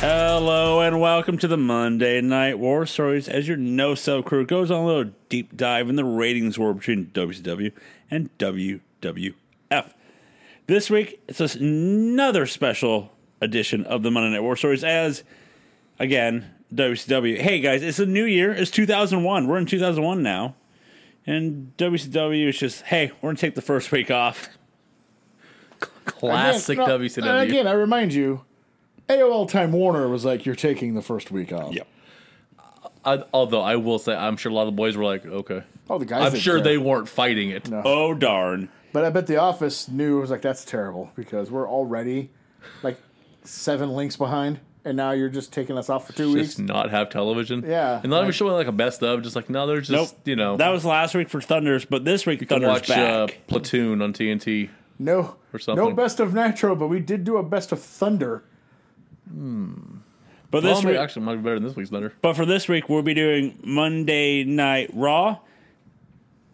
Hello and welcome to the Monday Night War Stories. As your no sub crew goes on a little deep dive in the ratings war between WCW and WWF. This week, it's just another special edition of the Monday Night War Stories. As again, WCW. Hey guys, it's a new year. It's 2001. We're in 2001 now, and WCW is just hey, we're gonna take the first week off. Classic Again, no, WCW. And again, I remind you, AOL Time Warner was like, "You're taking the first week off." I, although I will say, I'm sure a lot of the boys were like, okay. Oh, the guys. I'm didn't sure care. they weren't fighting it. Oh darn. But I bet the office knew it was like, "That's terrible," because we're already like seven links behind, and now you're just taking us off for two Just weeks. not have television. Yeah, And not even showing like a best of, just like, no, they're just, Nope. you know, that was last week for Thunders, but this week can Thunders watch uh, back. Platoon on TNT. No, Or something. no best of Nitro, but we did do a best of Thunder. but This this week, actually might be better than this week's Thunder. but for this week, we'll be doing Monday Night Raw,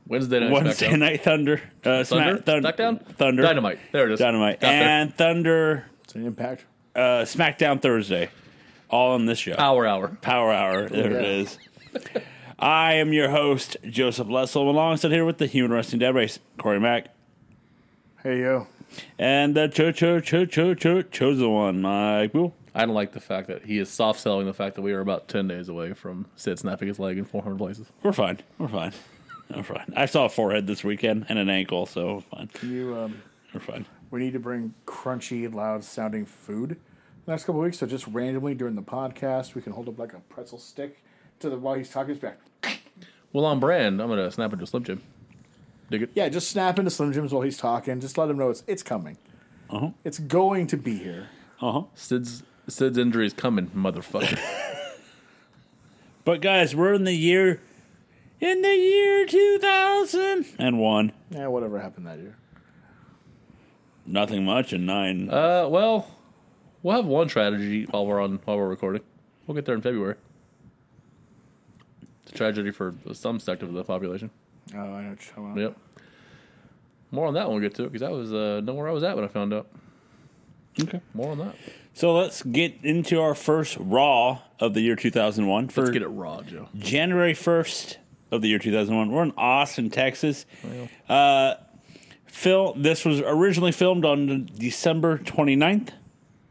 Wednesday night. Wednesday SmackDown. Night Thunder, uh, Thunder? Smack- Thun- SmackDown? Thunder, Dynamite. There it is. Dynamite, Got there. and Thunder It's an impact. uh, SmackDown Thursday, all on this show. Power Hour. Power Hour. There it Yeah. is. I am your host, Joseph Lessel, alongside here with the Human Wrestling Dead Race, Corey Mack, Hey yo, and the Cho Cho Cho Cho Cho Chosen One, Mike Bull. I don't like the fact that he is soft selling the fact that we are about 10 days away from Sid snapping his leg in 400 places. We're fine. We're fine. We're fine. I saw a forehead this weekend and an ankle, so we're fine. you. Um, We're fine. we need to bring crunchy, loud-sounding food the next couple of weeks. So just randomly during the podcast, we can hold up like a pretzel stick to the while he's talking. It's back. Well, on brand, I'm going to snap into a Slim Jim. Dig it. Yeah, just snap into Slim Jims while he's talking. Just let him know it's it's coming. Uh-huh. It's going to be here. Uh huh. Sid's, Sid's injury is coming, motherfucker. But guys, we're in the year, in the year two thousand and one. Yeah, whatever happened that year. Nothing much in nine. Uh, well, we'll have one tragedy while we're on while we're recording. We'll get there in February. It's a tragedy for some sector of the population. Oh, I know. What you're Yep. More on that when we get to it, because that was uh, know where I was at when I found out. okay. More on that. So let's get into our first Raw of the year two thousand one. Let's get it raw, Joe. January 1st of the year 2001. We're in Austin, Texas. Uh, Phil, this was originally filmed on December 29th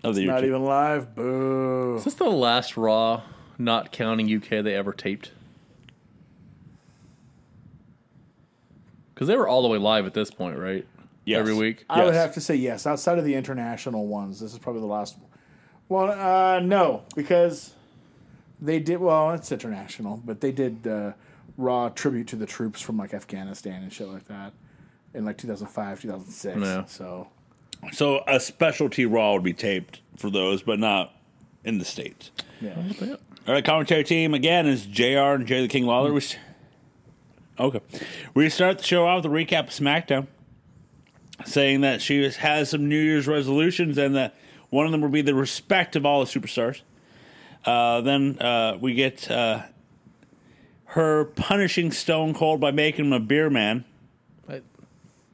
of the year. Not two- even live. Boo. Is this the last raw, not counting UK, they ever taped? Because they were all the way live at this point, right? Yes. Every week. I would Yes. have to say yes. Outside of the international ones, this is probably the last. Well, uh, no, because they did. Well, it's international, but they did uh, raw tribute to the troops from like Afghanistan and shit like that in like 2005, 2006. Yeah. So So a specialty Raw would be taped for those, but not in the States. yeah, Yeah. All right, commentary team again is JR and Jay the King Lawler. We s- okay. We start the show off with a recap of SmackDown, saying that she has- has some New Year's resolutions and that one of them will be the respect of all the superstars. Uh, then uh, we get uh, her punishing Stone Cold by making him a beer man. I, I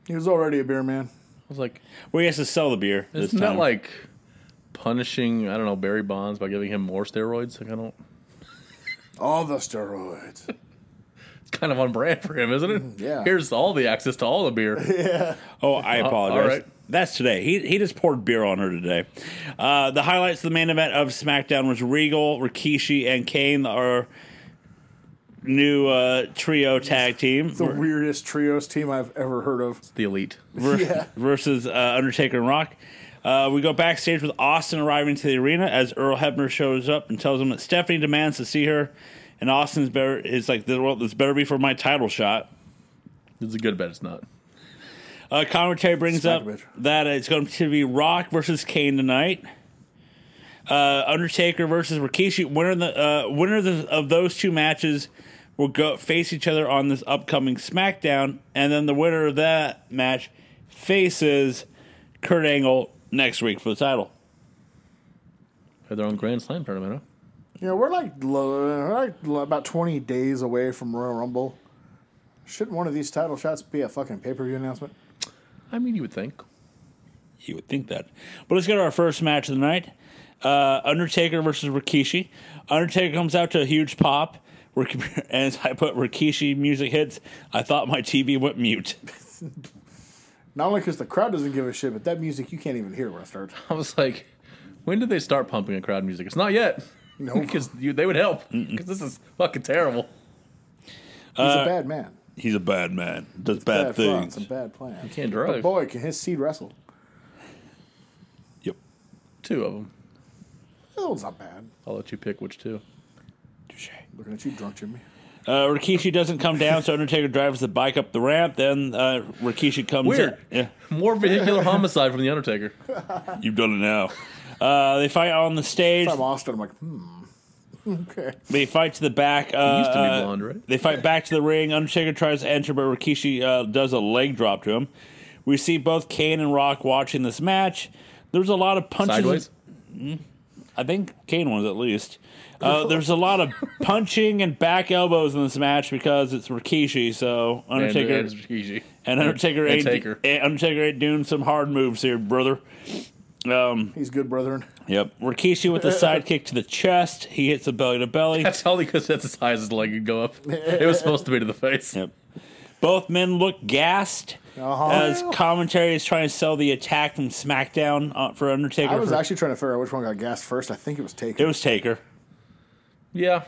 he was already a beer man. was like, Well, he has to sell the beer. this Isn't that time. like punishing, I don't know, Barry Bonds by giving him more steroids? Like, I don't. All the steroids. It's kind of on brand for him, isn't it? yeah. Here's all the access to all the beer. Oh, I apologize. Uh, all right. That's today. He, he just poured beer on her today. Uh, the highlights of the main event of SmackDown was Regal, Rikishi, and Kane, our new uh, trio tag team the weirdest trios team I've ever heard of. the elite. ver- versus uh, Undertaker and Rock. Uh, we go backstage with Austin arriving to the arena as Earl Hebner shows up and tells him that Stephanie demands to see her, and Austin's better is like, "Well, this better be for my title shot." It's a good bet, it's not. Uh, commentary brings Smack up a bitch. that it's going to be Rock versus Kane tonight. Uh, Undertaker versus Rikishi. Winner, of the, uh, winner of, the, of those two matches will go face each other on this upcoming SmackDown, and then the winner of that match faces Kurt Angle next week for the title. Had their own Grand Slam tournament, huh? You know, we're like, lo- we're like lo- about 20 days away from Royal Rumble. Shouldn't one of these title shots be a fucking pay per view announcement? I mean, you would think. You would think that, but let's get to our first match of the night. Uh, Undertaker versus Rikishi. Undertaker comes out to a huge pop. Rik- And I put Rikishi music hits. I thought my TV went mute. Not only because the crowd doesn't give a shit, but that music you can't even hear when it starts. I was like, when did they start pumping in crowd music? It's not yet. No, because they would help. Because this is fucking terrible. He's a bad man. He's a bad man. Does Bad, Uh, bad, thoughts things. and bad plans. Can't But drive. boy, can his seed wrestle. Yep. Two of them. That one's not bad. I'll let you pick which two. Looking at you, drunk Jimmy. Uh, Rikishi doesn't come down, so Undertaker drives the bike up the ramp. Then uh, Rikishi comes Weird. in. More vehicular homicide from the Undertaker. Yeah, you've done it now. Uh, they fight on the stage. If I'm Austin, I'm like, hmm. Okay. They fight to the back. Uh, used to be uh, blonde, right? They fight back to the ring. Undertaker tries to enter, but Rikishi uh, does a leg drop to him. We see both Kane and Rock watching this match. There's a lot of punches. Sideways. I think Kane was at least. Uh, there's a lot of punching and back elbows in this match because it's Rikishi. So Undertaker And, and Rikishi. And Undertaker And ain't Taker. and Undertaker ain't doing some hard moves here, brother. He's good, brethren. Yep. Rikishi with the sidekick to the chest. He hits a belly to belly. That's only because that's as high as his leg could go up. It was supposed to be to the face. Yep. Both men look gassed Uh-huh. as commentary is trying to sell the attack from SmackDown uh, for Undertaker. I was for- actually trying to figure out which one got gassed first. I think it was it Taker. was Taker. Yeah.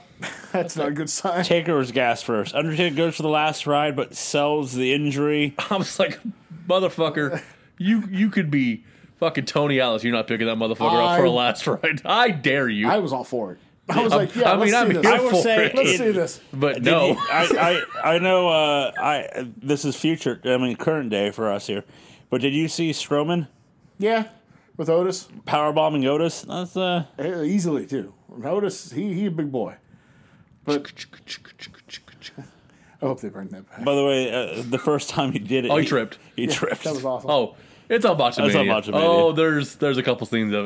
That's not a good sign. Taker was gassed first. Undertaker goes for the last ride, but sells the injury. I was like, motherfucker, you you could be fucking Tony Alice. You're not picking that motherfucker up for I- a last ride. I dare you. I was all for it. I was I'm- like, yeah, I mean, let's I'm see this. here I will for say it. let's it- see this. but Did no. you- I, I I know uh, I this is future. I mean current day for us here. But did you see Strowman? Yeah, with Otis. powerbombing Otis. That's uh, Eh, Easily, too. Otis, he, he a big boy. I hope they bring that back. by the way, uh, the first time he did it, Oh, he tripped. He tripped. That was awesome. oh, it's on Botchamania. That's on Botchamania. Oh, there's there's a couple scenes of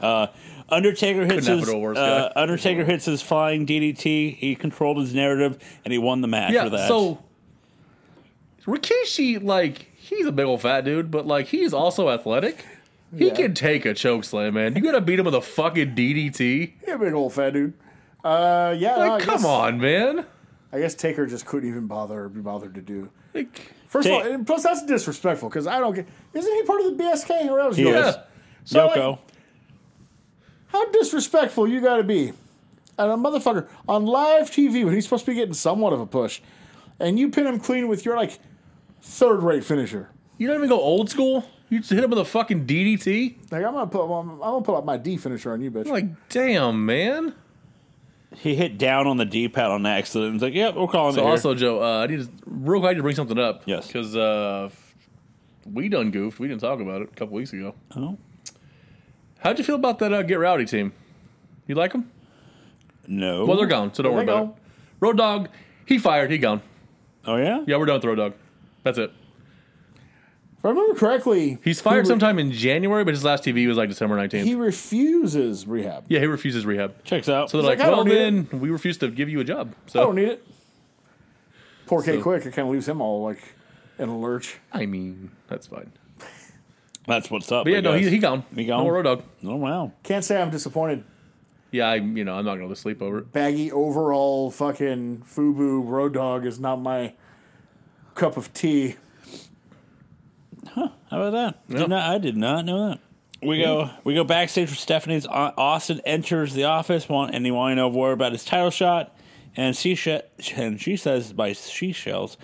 it. Undertaker hits happen his to a worse uh, guy. Undertaker hits his flying DDT. He controlled his narrative and he won the match for Yeah. that. So Rikishi, like, he's a big old fat dude, but like, he's also athletic. He Yeah. can take a choke slam, man. You gotta beat him with a fucking DDT. He a big old fat dude. Uh, yeah, no, I Like, come guess, on, man. I guess Taker just couldn't even bother or be bothered to do. Like, First Ta- of all, and plus that's disrespectful because I don't get. Isn't he part of the BSK? Or else he yeah. So like, Yoko, how disrespectful you got to be, and a motherfucker on live TV when he's supposed to be getting somewhat of a push, and you pin him clean with your like third rate finisher. You don't even go old school. You just hit him with a fucking DDT. Like I'm gonna put I'm, gonna put up my D finisher on you, bitch. Like, damn, man. he hit down on the D pad on accident. He's like, "Yep, we're calling So it." also, Joe, uh, I need to real quick I need to bring something up. Yes. because uh, we done goofed. We didn't talk about it a couple weeks ago. here. Oh, How'd you feel about that uh, Get Rowdy team? You like them? no. Well, they're gone, so don't Well, worry they about it. Road Dog, he fired. He gone. oh yeah. Yeah, we're done with Road Dog. That's it. If I remember correctly, He's fired he re- sometime in January, but his last TV was like December nineteenth. He refuses rehab. yeah, he refuses rehab. Checks out. So they're like, like, "I well, don't need then we refuse to give you a job. I So don't need it. Poor K So- Quick, it kind of leaves him all like in a lurch. I mean, that's fine. that's what's up. But yeah, I no, he, guess. he gone. He gone? No more Road Dog. oh wow. Can't say I'm disappointed. Yeah, I you know I'm not gonna sleep over it. baggy overall fucking FUBU road dog is not my cup of tea. How about that? Did Yep. not, I did not know that. We go we go backstage with Stephanie's. Au- Austin enters the office want and he want to know more about his title shot. And she sh- and she says by she shells.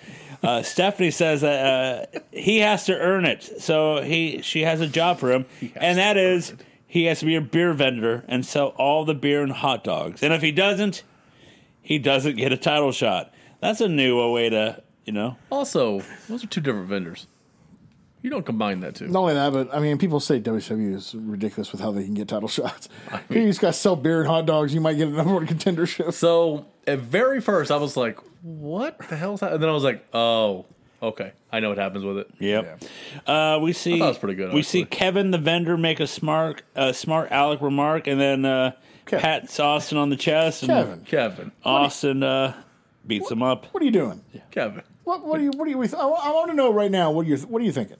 Uh, Stephanie says that uh, he has to earn it. So he she has a job for him, and that is he has to be a beer vendor and sell all the beer and hot dogs. And if he doesn't, he doesn't get a title shot. That's a new uh, way to you know. Also, those are two different vendors. You don't combine that two. Not only that, but I mean, people say WWE is ridiculous with how they can get title shots. you just got to sell beer and hot dogs, you might get a number one contendership. So at very first, I was like, "What the hell's that?" And then I was like, "Oh, okay, I know what happens with it." Yep. Uh, we see. thought it was pretty good, We actually. see Kevin the vendor make a smart, uh, smart Alec remark, and then uh, Kevin. pats Austin on the chest, and Kevin, Kevin, Oh, Austin uh, beats him up. what are you doing? Kevin, What, what are you? What are you? I, want to know right now. What are you? What are you thinking?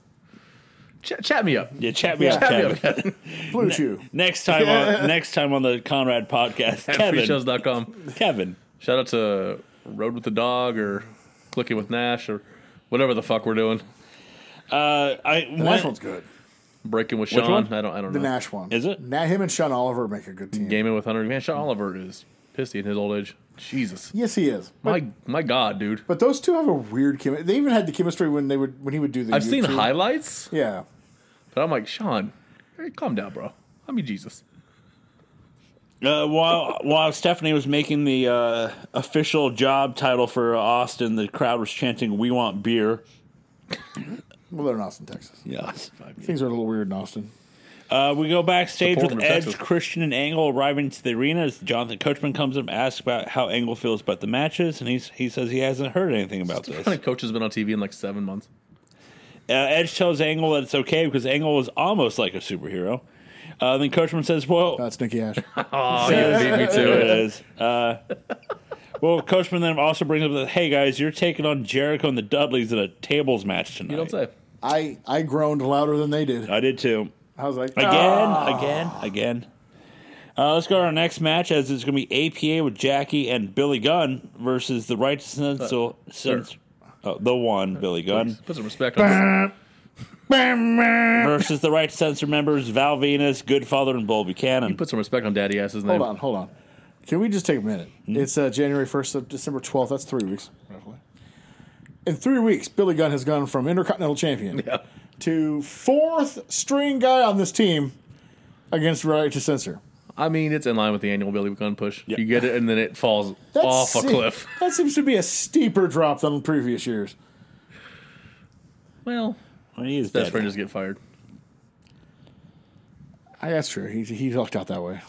Ch- chat me up. Yeah, chat me up, Chat me Kevin. up, Kevin. Blue Chew. Next time on next time on the Conrad podcast, At Kevin. freeshows.com. Kevin. Shout out to Road with the Dog or Clicking with Nash or whatever the fuck we're doing. Uh, I The one- Nash one's good. Breaking with Sean. one? I don't. I don't The know. Nash one. Is it? Nat, him and Sean Oliver make a good team. Gaming with Hunter. Man, Sean Oliver is pissy in his old age. Jesus. Yes, he is. But, My my God, dude. but those two have a weird chemistry. They even had the chemistry when they would when he would do the. I've seen YouTube. highlights, Yeah. but I'm like Sean, hey, calm down, bro. I mean Jesus. Uh, while while Stephanie was making the uh, official job title for Austin, the crowd was chanting "We want beer." Well, they're in Austin, Texas. Yes. Things are a little weird in Austin. Uh, we go backstage Support with them, Edge, Texas. Christian, and Angle arriving to the arena as Jonathan Coachman comes up and asks about how Angle feels about the matches, and he's, he says he hasn't heard anything about this. Kind of coach has been on TV in like seven months. Uh, Edge tells Angle that it's okay because Angle is almost like a superhero. Uh, then Coachman says, "Well, uh, That's Nicky Ash. Oh, you beat me to There it. it is. Uh, well, Coachman then also brings up that, hey guys, you're taking on Jericho and the Dudleys in a tables match tonight. You don't say. I I groaned louder than they did. I did too. I was like, Again, "Ah." again, again. Uh, let's go to our next match as it's going to be APA with Jackie and Billy Gunn versus the Uh, Righteousness. so, since, oh, the one, Billy Gunn. Put some respect on Versus the Right Censor members, Val Venus, Goodfather, and Bull Buchanan. put some respect on Daddy Ass's name. Hold on, hold on. Can we just take a minute? It's uh, January 1st to December 12th. That's three weeks, roughly. In three weeks, Billy Gunn has gone from Intercontinental Champion to fourth string guy on this team against Right to Censor. I mean, it's in line with the annual Billy Gunn push. You get it, and then it falls off a se- cliff. That seems to be a steeper drop than previous years. Well, Well, he is best dead. friend just get fired. I, that's true. He, he lucked out that way.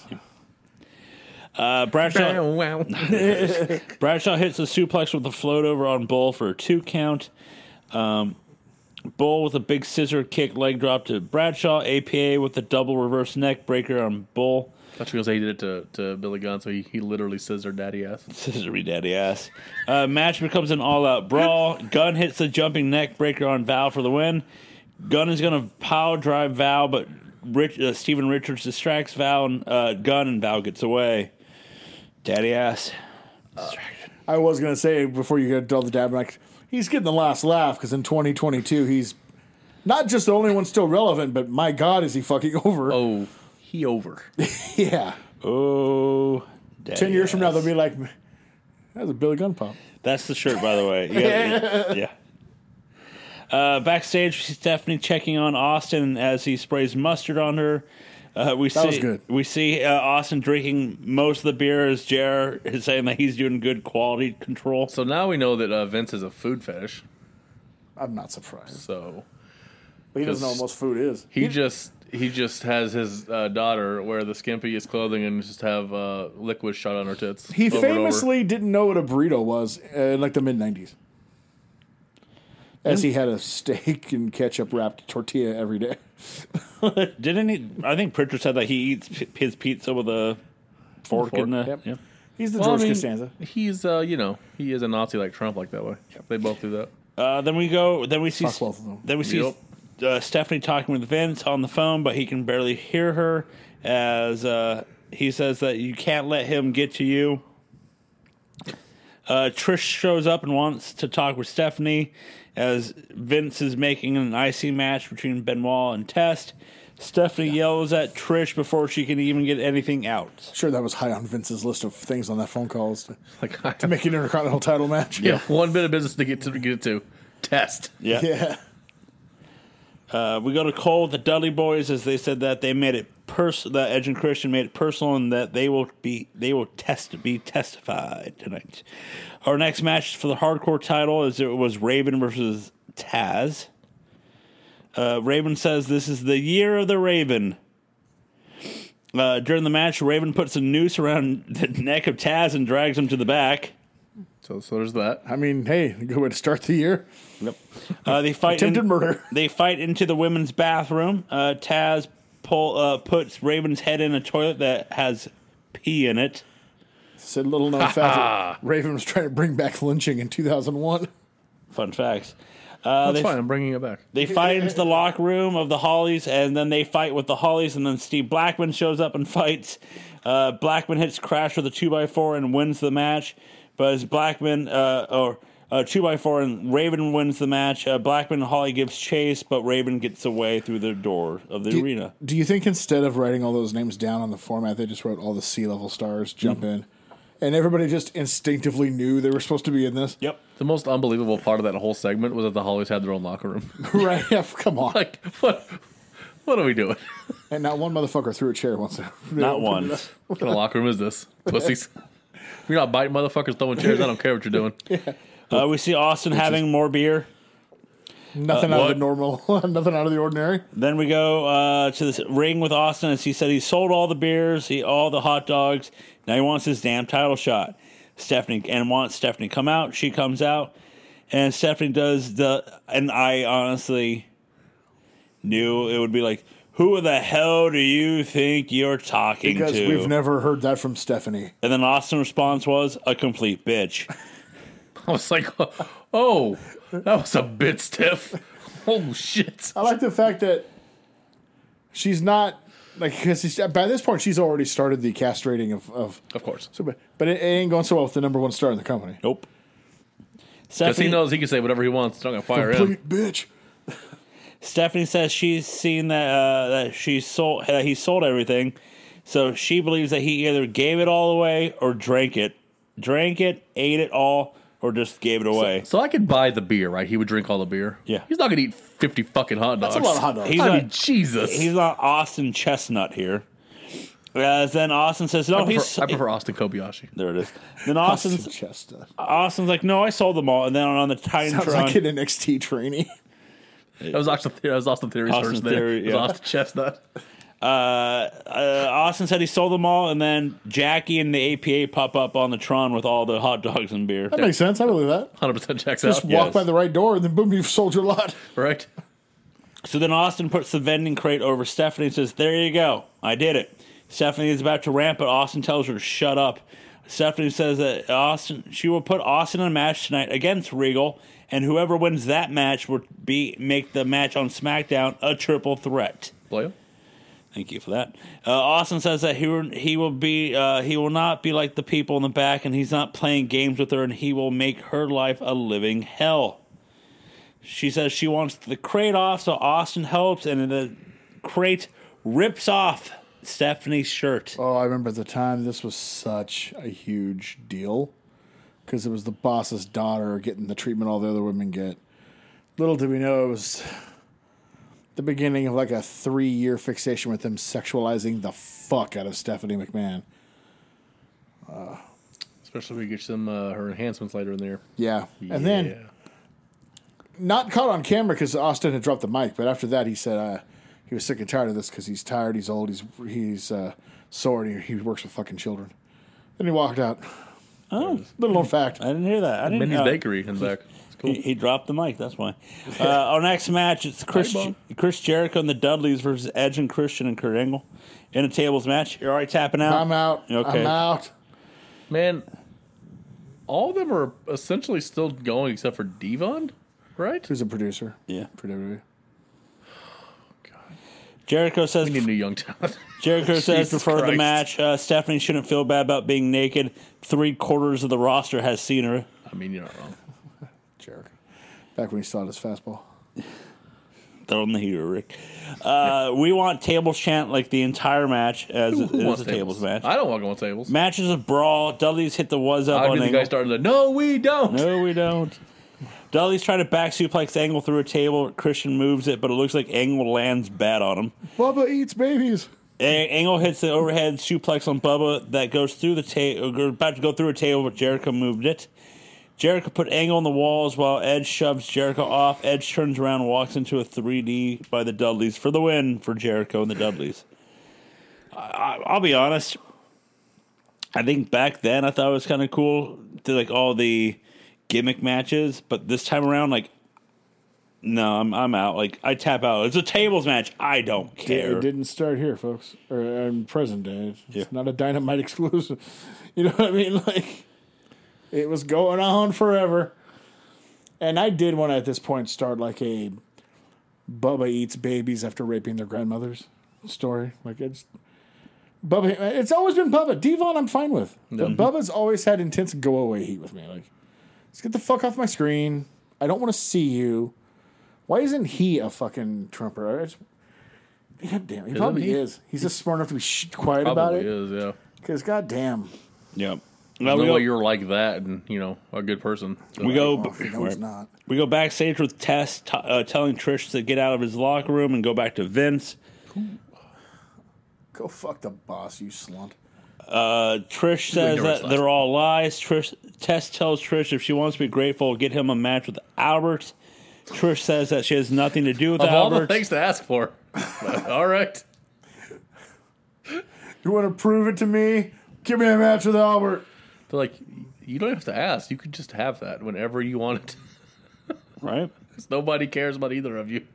Uh, Bradshaw, Wow. Bradshaw hits a suplex with a float over on Bull for a two count. Um, Bull with a big scissor kick leg drop to Bradshaw. APA with a double reverse neck breaker on Bull. That's because he did it to, to Billy Gunn, so he, he literally scissored Daddy Ass. Scissory daddy ass. Uh, match becomes an all out brawl. Gunn hits the jumping neck breaker on Val for the win. Gunn is going to power drive Val, but Rich, uh, Steven Richards distracts Val and uh, Gunn, and Val gets away. Daddy ass. I was going to say before you get to all the dab, like, he's getting the last laugh because in 2022, he's not just the only one still relevant, but my God, is he fucking over. Oh, he over. Yeah. Oh. daddy Ten years from now, ass. they'll be like, "That's a Billy Gun pop." That's the shirt, by the way. You gotta- yeah. Uh, backstage, we see Stephanie checking on Austin as he sprays mustard on her. Uh, we see was good. we see uh, Austin drinking most of the beer as Jer is saying that he's doing good quality control. So now we know that uh, Vince is a food fetish, I'm not surprised. so But he doesn't know what most food is. he just he just has his uh, daughter wear the skimpiest clothing and just have uh, liquid shot on her tits. He over and over. famously didn't know what a burrito was in like the mid '90s, as he had a steak and ketchup wrapped tortilla every day. Didn't he? I think Pritchard said that he eats p- his pizza with a fork, Fork, in the. yep. yeah. He's the Well, I George mean, Costanza. He's uh, you know he is a Nazi like Trump like that way. They both do that. Uh, then we go. Then we see. Fuck both of them. Then we see Yep. uh, Stephanie talking with Vince on the phone, but he can barely hear her as uh, he says that you can't let him get to you. Uh, Trish shows up and wants to talk with Stephanie as Vince is making an IC match between Benoit and Test. Stephanie yells at Trish before she can even get anything out. Sure, that was high on Vince's list of things on that phone call is to Like I make an intercontinental title match. yeah, one bit of business to get to get to test. Yeah. yeah. Uh, we go to Cole, the Dudley Boys, as they said that they made it pers- that Edge and Christian made it personal, and that they will be they will test be testified tonight. Our next match for the hardcore title is it was Raven versus Taz. Uh, Raven says this is the year of the Raven. Uh, during the match, Raven puts a noose around the neck of Taz and drags him to the back. So so there's that. I mean, hey, a good way to start the year. Uh, they fight Attempted murder. They fight into the women's bathroom. Uh, Taz pull uh, puts Raven's head in a toilet that has pee in it. Said little known fact: that Raven was trying to bring back lynching in 2001. Fun facts. Uh, That's they- fine. I'm bringing it back. They fight into the locker room of the Hollies, and then they fight with the Hollies, and then Steve Blackman shows up and fights. Uh, Blackman hits Crash with a 2x4 and wins the match. But as Blackman, uh, or uh, 2x4, and Raven wins the match, uh, Blackman and Holly gives chase, but Raven gets away through the door of the Do you, arena. do you think instead of writing all those names down on the format, they just wrote all the sea level stars jump Mm-hmm. in, and everybody just instinctively knew they were supposed to be in this? Yep. The most unbelievable part of that whole segment was that the Hollies had their own locker room. right? Yeah, come on. like, what? What are we doing? And not one motherfucker threw a chair once. Not once. What kind of locker room is this, pussies? If you're not biting motherfuckers, throwing chairs. I don't care what you're doing. Uh, we see Austin having more beer. Nothing out of what? the normal. nothing out of the ordinary. Then we go uh, to this ring with Austin, as he said he sold all the beers, he all the hot dogs. Now he wants his damn title shot. Stephanie and wants Stephanie to come out. She comes out, and Stephanie does the. And I honestly knew it would be like, "Who the hell do you think you're talking Because to?" we've never heard that from Stephanie. and then Austin's response was, "A complete bitch." I was like, oh, that was a bit stiff. Oh shit! I like the fact that she's not like because by this point she's already started the castrating of of. Of course, So, but, but it, it ain't going so well with the number one star in the company. nope. because he Stephanie, knows he can say whatever he wants. It's not gonna Oh, fire him. Complete bitch. Stephanie says she's seen that uh, that she sold that he sold everything, so she believes that he either gave it all away or drank it, drank it, ate it all, or just gave it away. So I could buy the beer, right? He would drink all the beer. Yeah. he's not gonna eat fifty fucking hot dogs. That's a lot of hot dogs. He's I not, mean, Jesus. he's not Austin Chestnut here. As then Austin says, "No, I, he's prefer, I prefer Austin Kobayashi. there." It is. Then Austin's Chesta. Austin's like, "No, I sold them all." And then on the Sounds Titantron, like an NXT trainee. That was Austin. That was Austin Theory's Austin first name. Theory, It was yeah. Austin Chestnut. uh, Austin said he sold them all, and then Jackie and the APA pop up on the Tron with all the hot dogs and beer. That makes sense. I believe that. Hundred percent checks Just out. yeah. walk yes. by the right door and then boom, you've sold your lot. Right. So then Austin puts the vending crate over Stephanie and says, There you go. I did it. Stephanie is about to ramp, but Austin tells her to shut up. Stephanie says that Austin she will put Austin in a match tonight against Regal, and whoever wins that match will be make the match on SmackDown a triple threat. Blayo. Thank you for that. Uh, Austin says that he will- he will be uh, he will not be like the people in the back, and he's not playing games with her, and he will make her life a living hell. She says she wants the crate off, so Austin helps, and the crate rips off Stephanie's shirt. Oh, I remember at the time this was such a huge deal because it was the boss's daughter getting the treatment all the other women get. Little did we know it was the beginning of like a three year fixation with them sexualizing the fuck out of Stephanie McMahon. Especially if we get some uh, her enhancements later in there. Yeah. And then not caught on camera because Austin had dropped the mic, but after that he said uh, he was sick and tired of this because he's tired, he's old, he's he's uh, sore, and he, he works with fucking children. Then he walked out. Oh, Little known fact. I didn't hear that. I didn't. Mindy's know. Bakery in the back. It's cool. He, he dropped the mic. That's why. Uh, our next match it's Chris Hey, Bob. Chris Jericho and the Dudleys versus Edge and Christian and Kurt Angle in a tables match. You're already tapping out. I'm out. Oh. Okay. I'm out. Man, all of them are essentially still going except for Devon, right? Who's a producer Yeah. for E. WWE? Jericho says We need new young talent. Jericho says Jesus before the Christ. match, uh, Stephanie shouldn't feel bad about being naked. Three quarters of the roster has seen her. I mean, you're not wrong. Jericho. Back when he still had his fastball. Throw in the heater, Rick. Uh, we want tables chant like the entire match as it is a tables, match. I don't walk on tables. Match is a brawl. Dudley's hit the was up I'll on be the angle. guy starting to. No, we don't. No, we don't. Dudley's trying to back suplex Angle through a table. Christian moves it, but it looks like Angle lands bad on him. Bubba eats babies. A- Angle hits the overhead suplex on Bubba that goes through the table, about to go through a table, but Jericho moved it. Jericho put Angle on the walls while Edge shoves Jericho off. Edge turns around and walks into a 3D by the Dudleys for the win for Jericho and the Dudleys. I, I, I'll be honest. I think back then I thought it was kind of cool, to like all the gimmick matches, but this time around, like, no, I'm I'm out. Like I tap out. It's a tables match. I don't care. It didn't start here, folks. Or in present day. It's Yeah. not a dynamite exclusive. You know what I mean? Like it was going on forever. And I did want to at this point start like a Bubba eats babies after raping their grandmothers story. Like it's Bubba. It's always been Bubba. Devon, I'm fine with. But Bubba's always had intense go away heat with me. Like, let's get the fuck off my screen. I don't want to see you. Why isn't he a fucking Trumper? I just- God damn, he probably he? is. He's just smart enough to be sh- quiet about Probably it. is, yeah. Because goddamn, Yep. No Well, we, go, way you're like that and, you know, a good person. So- we go. oh, no, he's not. We go backstage with Tess t- uh, telling Trish to get out of his locker room and go back to Vince. Go fuck the boss, you slunt. Uh, Trish says know it's that lies. they're all lies. Trish Tess tells Trish if she wants to be grateful, get him a match with Albert. Trish says that she has nothing to do with Of all Albert. the things to ask for. all right. You want to prove it to me? Give me a match with Albert. They're like, you don't have to ask. You could just have that whenever you want it. right? Because nobody cares about either of you.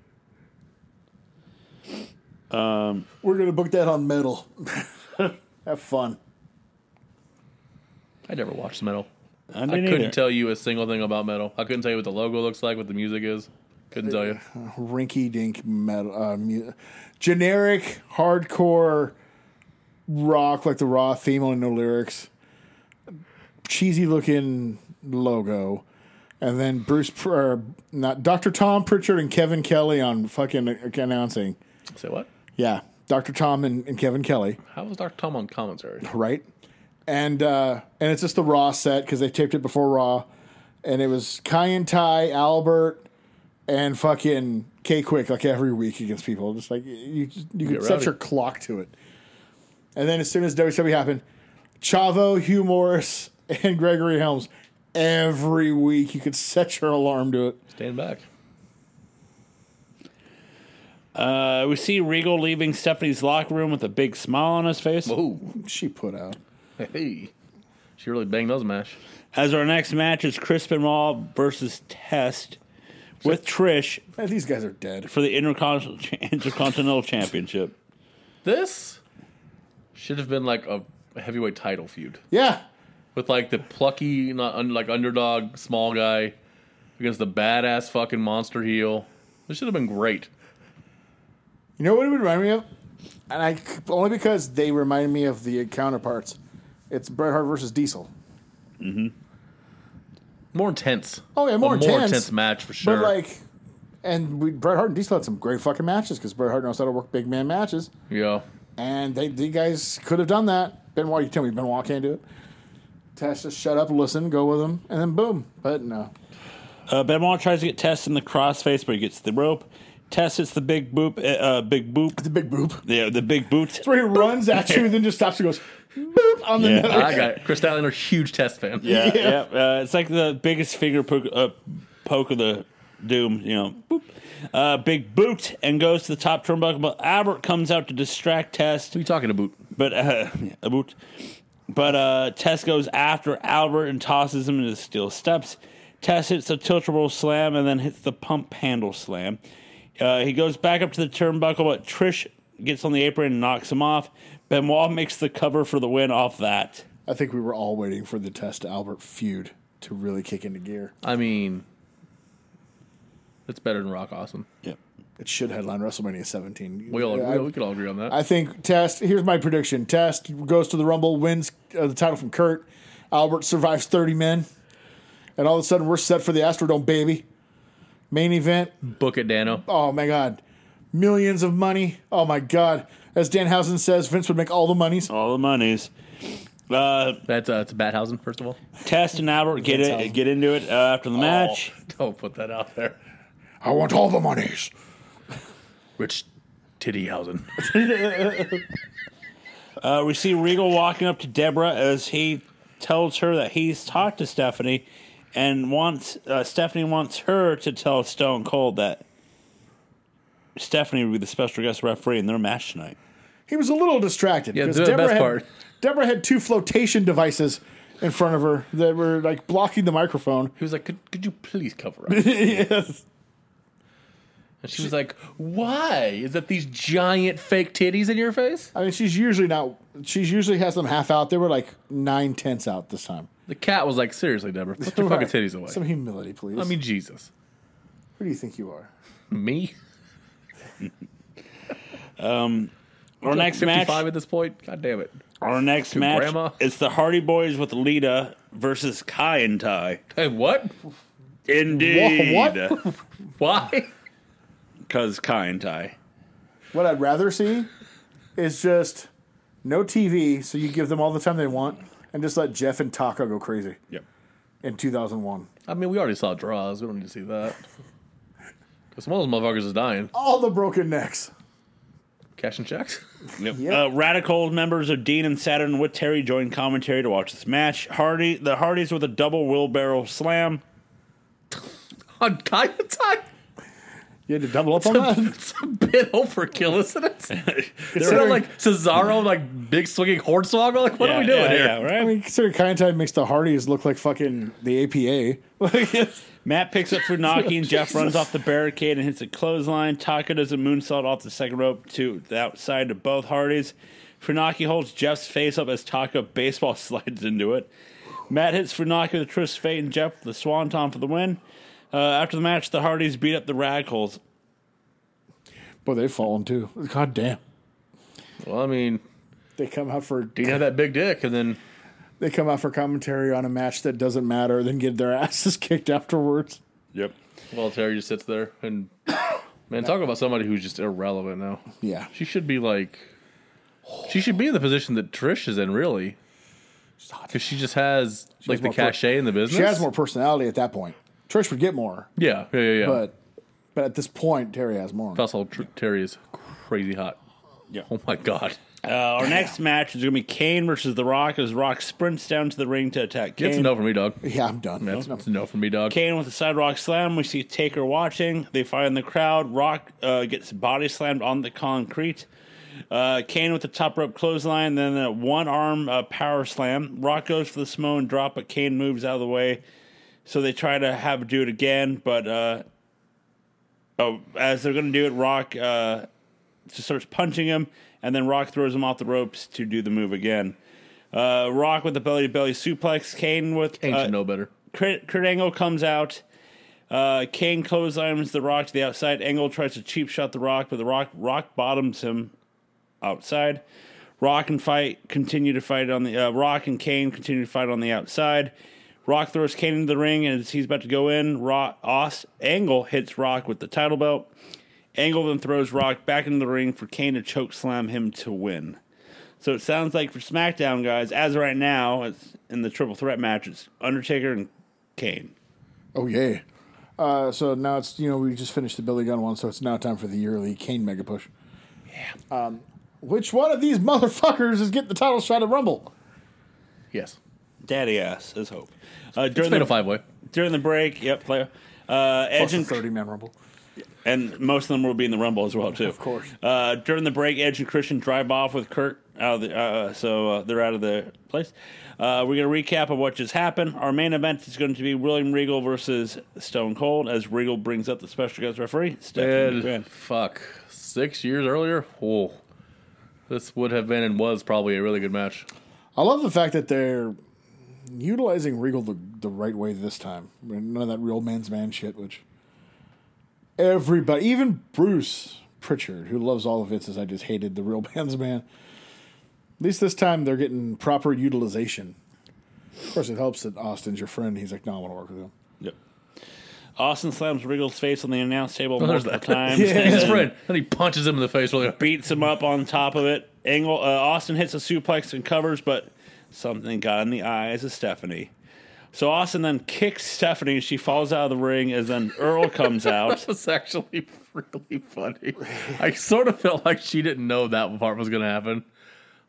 We're gonna book that on metal. Have fun. I never watched metal. I, I didn't couldn't either. tell you a single thing about metal. I couldn't tell you what the logo looks like, what the music is. Couldn't tell you. Rinky dink metal, uh, mu- generic hardcore rock like the raw theme, only no lyrics. Cheesy looking logo, and then Bruce, Pr- or not Dr. Tom Pritchard and Kevin Kelly on fucking announcing. Say what? Yeah, Dr. Tom and, and Kevin Kelly. How was Dr. Tom on commentary? right? And uh, and it's just the Raw set because they taped it before Raw, and it was Kai and Ty, Albert, and fucking K Quick like every week against people. Just like you, just, you could Get set rowdy. your clock to it. And then as soon as WWE happened, Chavo, Hugh Morris, and Gregory Helms every week you could set your alarm to it. Stand back. Uh, we see Regal leaving Stephanie's locker room with a big smile on his face. Whoa. She put out. Hey. She really banged those mash. As our next match is Crispin Raw versus Test with Trish Man, these guys are dead. for the Intercontinental, Intercontinental Championship. This should have been like a heavyweight title feud Yeah, with like the plucky, not un, like underdog small guy against the badass fucking monster heel. This should have been great. You know what it would remind me of? And I only because they remind me of the counterparts. It's Bret Hart versus Diesel. More intense. Oh, yeah, more a More intense. intense match for sure. But like, and we, Bret Hart and Diesel had some great fucking matches because Bret Hart knows how to work big man matches, yeah. and they the guys could have done that. Benoit, you tell me Benoit can't do it. Tash just shut up, listen, go with him, and then boom. But no, Uh, Benoit tries to get Tess in the crossface, but he gets the rope. Tess hits the big boop, uh, uh, big boop, the big boop. yeah, the big boot. Where he runs at you and then just stops and goes boop on the Yeah. nose. I got it. Chris Statlander, huge test fan. Yeah, yeah. Uh, it's like the biggest finger poke, uh, poke of the doom, you know. Boop. Uh, big boot and goes to the top turnbuckle. But Albert comes out to distract Test, Who you talking about? but uh, a boot. But uh, Tess goes after Albert and tosses him into the steel steps. Tess hits the tiltable slam and then hits the pump handle slam. Uh, he goes back up to the turnbuckle, but Trish gets on the apron and knocks him off. Benoit makes the cover for the win off that. I think we were all waiting for the test Albert feud to really kick into gear. I mean, it's better than Rock Awesome. Yep. It should headline WrestleMania 17. We all Yeah, we, we could all agree on that. I think Test. Here's my prediction: Test goes to the Rumble, wins uh, the title from Kurt. Albert survives 30 men, and all of a sudden we're set for the Astrodome, baby. Main event. Book it, Dano. Oh my God, millions of money. Oh my God. As Danhausen says, Vince would make all the monies. All the monies. Uh, That's uh, it's Bathausen, first of all. Test and Albert get it, get into it uh, after the match. Oh, don't put that out there. I want all the monies. Rich Tittyhausen. Uh, we see Regal walking up to Deborah as he tells her that he's talked to Stephanie, and wants uh, Stephanie wants her to tell Stone Cold that Stephanie would be the special guest referee in their match tonight. He was a little distracted. Yeah, 'cause the best had, part. Deborah had two flotation devices in front of her that were like blocking the microphone. He was like, could, could you please cover up? yes. And she was like, "Why is that? These giant fake titties in your face?" I mean, she's usually not. She's usually has them half out. They were like nine tenths out this time. The cat was like, "Seriously, Deborah, put the fucking Right. titties away." Some humility, please. I mean, Jesus, who do you think you are? me. Our next match, Fifty-five at this point. God damn it! our next match, grandma. it's the Hardy Boys with Lita versus Kai and Ty. Hey, what? Indeed, what? Why? Because Kai and Ty. What I'd rather see is just no TV, so you give them all the time they want, and just let Jeff and Taka go crazy Yep. in 2001. I mean, we already saw draws. We don't need to see that. Because one of those motherfuckers is dying. All the broken necks. Cashing checks. Yep. Yep. Uh, radical members of Dean and Saturn with Terry joined commentary to watch this match. Hardy, the Hardys with a double wheelbarrow slam. On kind of time. You had to double up on that. It's a bit overkill, isn't it? It's not Considering- like Cesaro, like big swinging hornswoggle. Like, what are we doing yeah, here? yeah, right? I mean, considering Kaientai makes the Hardys look like fucking the APA. Like, it's- Matt picks up Funaki and Jeff runs off the barricade and hits a clothesline. Taka does a moonsault off the second rope to the outside to both Hardys. Funaki holds Jeff's face up as Taka baseball slides into it. Matt hits Funaki with a twist fate and Jeff with the swanton for the win. Uh, after the match, the Hardys beat up the Radicals. Boy, they've fallen too. God damn. Well, I mean, They come out for you have that big dick, and then they come out for commentary on a match that doesn't matter, then get their asses kicked afterwards. Yep. well, Terry just sits there and man, talk about somebody who's just irrelevant now. Yeah, She should be like, she should be in the position that Trish is in, really, because she just has like the more pro- cachet in the business. she has more personality at that point. Trish would get more, Yeah, yeah, yeah. yeah. but but at this point, Terry has more. Plus, all Tr- Terry is crazy hot. Yeah. Oh my god. Uh, our next match is going to be Kane versus The Rock as Rock sprints down to the ring to attack Kane. It's a no for me, dog. Yeah, I'm done. That's, that's a no for me, dog. Kane with a sidewalk slam. We see Taker watching. They fight in the crowd. Rock uh, gets body slammed on the concrete. Uh, Kane with the top rope clothesline, then a one arm uh, power slam. Rock goes for the Samoan drop, but Kane moves out of the way. So they try to have do it again, but uh, oh, as they're going to do it, Rock uh, just starts punching him, and then Rock throws him off the ropes to do the move again. Uh, Rock with the belly to belly suplex. Kane with Ain't uh, you know better. Kurt, Kurt Angle comes out. Uh, Kane clotheslines The Rock to the outside. Angle tries to cheap shot The Rock, but The Rock rock bottoms him outside. Rock and fight continue to fight on the uh, Rock and Kane continue to fight on the outside. Rock throws Kane into the ring and as he's about to go in, Rock Os Angle hits Rock with the title belt. Angle then throws Rock back into the ring for Kane to choke slam him to win. So it sounds like for SmackDown guys, as of right now, it's in the triple threat match, it's Undertaker and Kane. Oh yeah. Uh, so now it's you know we just finished the Billy Gunn one, so it's now time for the yearly Kane mega push. Yeah. Um, which one of these motherfuckers is getting the title shot at Rumble? Yes. Daddy ass is hope. Uh, It's during made the a five way. during the break, yep, player. Uh, Edge Plus a and thirty man Rumble. and most of them will be in the Rumble as well too. Of course. Uh, during the break, Edge and Christian drive off with Kurt. Out of the, uh, so uh, they're out of the place. Uh, we're gonna recap of what just happened. Our main event is going to be William Regal versus Stone Cold as Regal brings up the special guest referee Stephanie McMahon. And fuck, six years earlier. Whoa, this would have been and was probably a really good match. I love the fact that they're utilizing Regal the, the right way this time. I mean, None of that real man's man shit, which everybody, even Bruce Pritchard, who loves all of Vince's, I just hated the real man's man. At least this time they're getting proper utilization. Of course, it helps that Austin's your friend. He's like, no, I want to work with him. Yep. Austin slams Regal's face on the announce table there's multiple that. times. He's and his friend. Then he punches him in the face really hard. Beats him up on top of it. Angle uh, Austin hits a suplex and covers, but something got in the eyes of Stephanie. So Austin then kicks Stephanie. and She falls out of the ring as then Earl comes out. That's actually really funny. I sort of felt like she didn't know that part was gonna happen.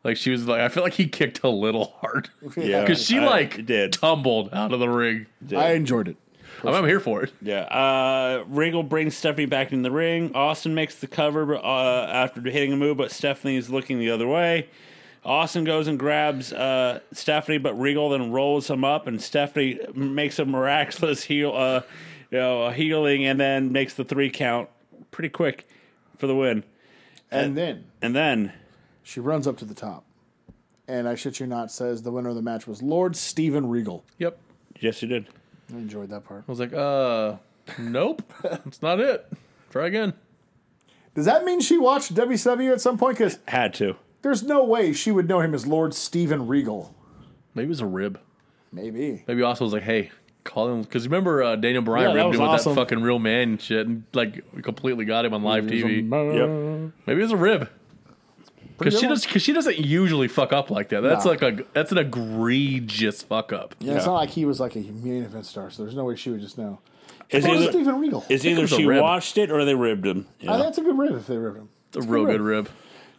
Like she was like, I feel like he kicked a little hard Yeah, because she I- like it did. tumbled out of the ring. I enjoyed it. I'm, I'm here for it. Yeah. Uh, Regal brings Stephanie back in the ring. Austin makes the cover but, uh, after hitting a move, but Stephanie is looking the other way. Austin goes and grabs uh, Stephanie, but Regal then rolls him up, and Stephanie makes a miraculous heal, uh, you know, a healing, and then makes the three count pretty quick for the win. And then And then she runs up to the top. And I shit you not, says the winner of the match was Lord Steven Regal. Yep. yes, you did. I enjoyed that part. I was like, uh, nope, that's not it. Try again. Does that mean she watched WCW at some point? Because Had to. there's no way she would know him as Lord Steven Regal. Maybe it was a rib. Maybe. Maybe also was like, hey, call him because remember uh, Daniel Bryan Yeah, that ribbed was him awesome. with that fucking real man shit and like completely got him on live TV. Yep. Maybe it was a rib. Because she good does, because she doesn't usually fuck up like that. That's Nah. like a that's an egregious fuck up. Yeah, it's Yeah. not like he was like a main event star, so there's no way she would just know. Is Lord either, Steven Regal. is it either was a she rib. watched it or they ribbed him. you I know? think that's a good rib if they ribbed him. It's a real good rib.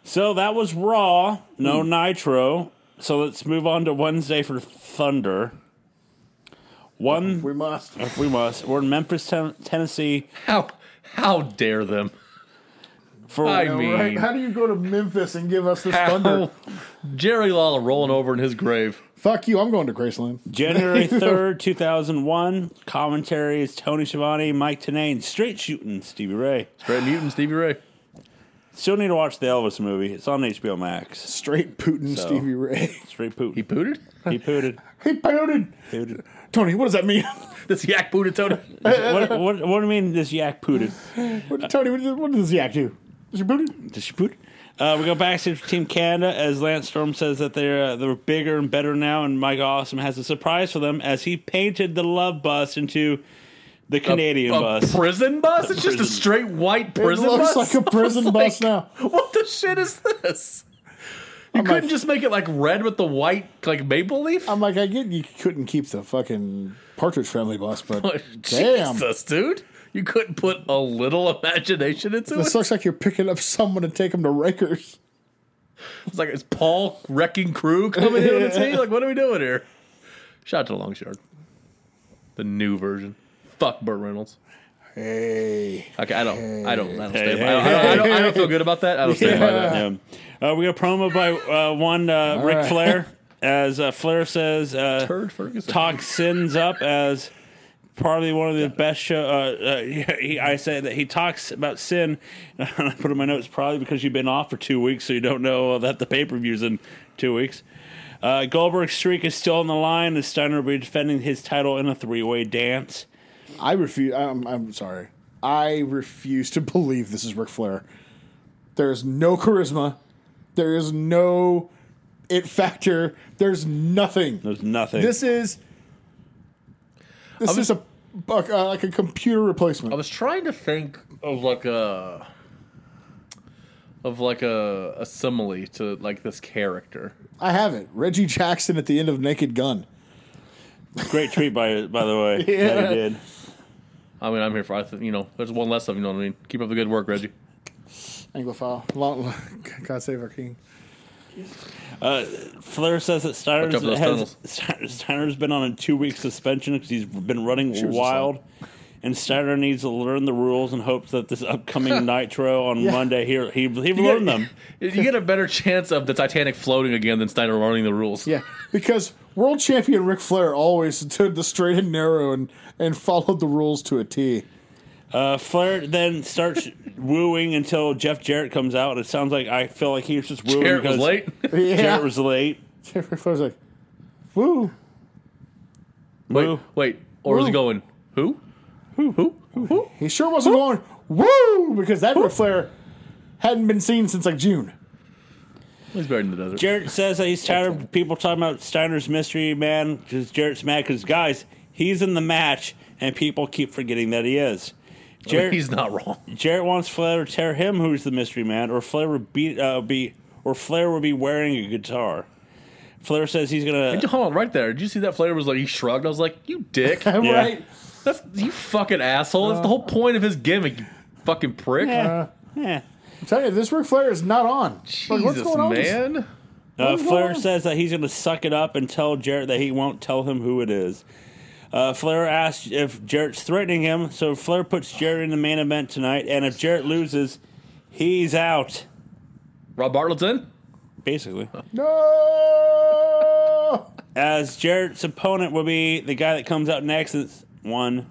So that was Raw, no Nitro. So let's move on to Wednesday for Thunder. One, We must. if we must. We're in Memphis, Ten- Tennessee How how dare them? for I mean, Right? How do you go to Memphis and give us this thunder? how Jerry Lawler rolling over in his grave. Fuck you, I'm going to Graceland. January 3rd, 2001. Commentary is Tony Schiavone, Mike Tenay, and straight shooting Stevie Ray. Straight mutant Stevie Ray. Still need to watch the Elvis movie. It's on HBO Max. Straight Putin So. Stevie Ray. Straight poot. He He, booted. pooted. he pouted. pooted. Tony, what does that mean? This yak booted Tony. what, what, what do you mean this yak pooted? What- Tony, what, does- what does Yak do? Is he booted? Does she poot? Uh, we go backstage with Team Canada as Lance Storm says that they're uh, they're bigger and better now, and Mike Awesome has a surprise for them as he painted the Love Bus into the Canadian a bus. prison bus. It's just a prison- straight white prison it looks bus. like a prison I was bus like, now. What the shit is this? You I'm couldn't like- just make it like red with the white like maple leaf. I'm like, I get you couldn't keep the fucking Partridge Family bus, but damn. Oh, Jesus, dude. You couldn't put a little imagination into This it. looks like you're picking up someone to take them to Rikers. It's like it's Paul wrecking crew coming in on the team. Like, what are we doing here? Shout out to Longshard, the new version. Fuck Burt Reynolds. Hey. Okay, I don't, I don't, I don't, Hey, stand by- I, don't, I, don't, I don't feel good about that. I don't stand by that. Yeah. Uh, we got promo by uh, one uh, Ric right. Flair as uh, Flair says uh, Heard Ferguson. talk sins up as probably one of the best show. Uh, uh, he, he- I say that he talks about sin. And I put in my notes probably because you've been off for two weeks, so you don't know that the pay per view's in two weeks. Uh, Goldberg's streak is still on the line, and Steiner will be defending his title in a three way dance. I refuse. I'm, I'm sorry. I refuse to believe this is Ric Flair. There is no charisma. There is no it factor. There's nothing. There's nothing. This is this is a like, uh, like a computer replacement. I was trying to think of like a of like a, a simile to like this character. I have it. Reggie Jackson at the end of Naked Gun. Great tweet by by the way. Yeah. that he did. I mean, I'm here for I think you know. There's one less of you know what I mean. Keep up the good work, Reggie. Anglophile. Long, God save our king. Flair says that Steiner Watch out for those has Steiner's been on a two week suspension because he's been running was wild, and Steiner needs to learn the rules and hopes that this upcoming Nitro on Monday here he he learned them. You get a better chance of the Titanic floating again than Steiner learning the rules. Yeah, because world champion Ric Flair always stood the straight and narrow and, and followed the rules to a T. Uh, Flair then starts wooing until Jeff Jarrett comes out. and It sounds like I feel like he was just wooing Jarrett was because late. Yeah. Jarrett was late. Ric Flair's like, woo. wait, wait. Or was he Woo. going? Who? Who? Who? Who? He sure wasn't going, woo, because that Ric Flair hadn't been seen since like June. He's buried in the desert. Jarrett says that he's tired of people talking about Steiner's mystery man because Jarrett's mad because guys he's in the match and people keep forgetting that he is. Jarrett, He's not wrong. Jarrett wants Flair to tear him, who's the mystery man, or Flair would be, uh, be or Flair would be wearing a guitar. Flair says he's gonna. Hold on, right there. Did you see that Flair was like he shrugged? I was like, you dick. Right? That's you fucking asshole. That's the whole point of his gimmick. You fucking prick. Eh, eh. I'm telling you, this Ric Flair is not on. Like, Jesus, man. Uh, what's going Flair on? says that he's gonna suck it up and tell Jarrett that he won't tell him who it is. Uh, Flair asks if Jarrett's threatening him, so Flair puts Jarrett in the main event tonight, and if Jarrett loses, he's out. Rob Bartlett's in. Basically, No! as Jarrett's opponent will be the guy that comes out next. It's one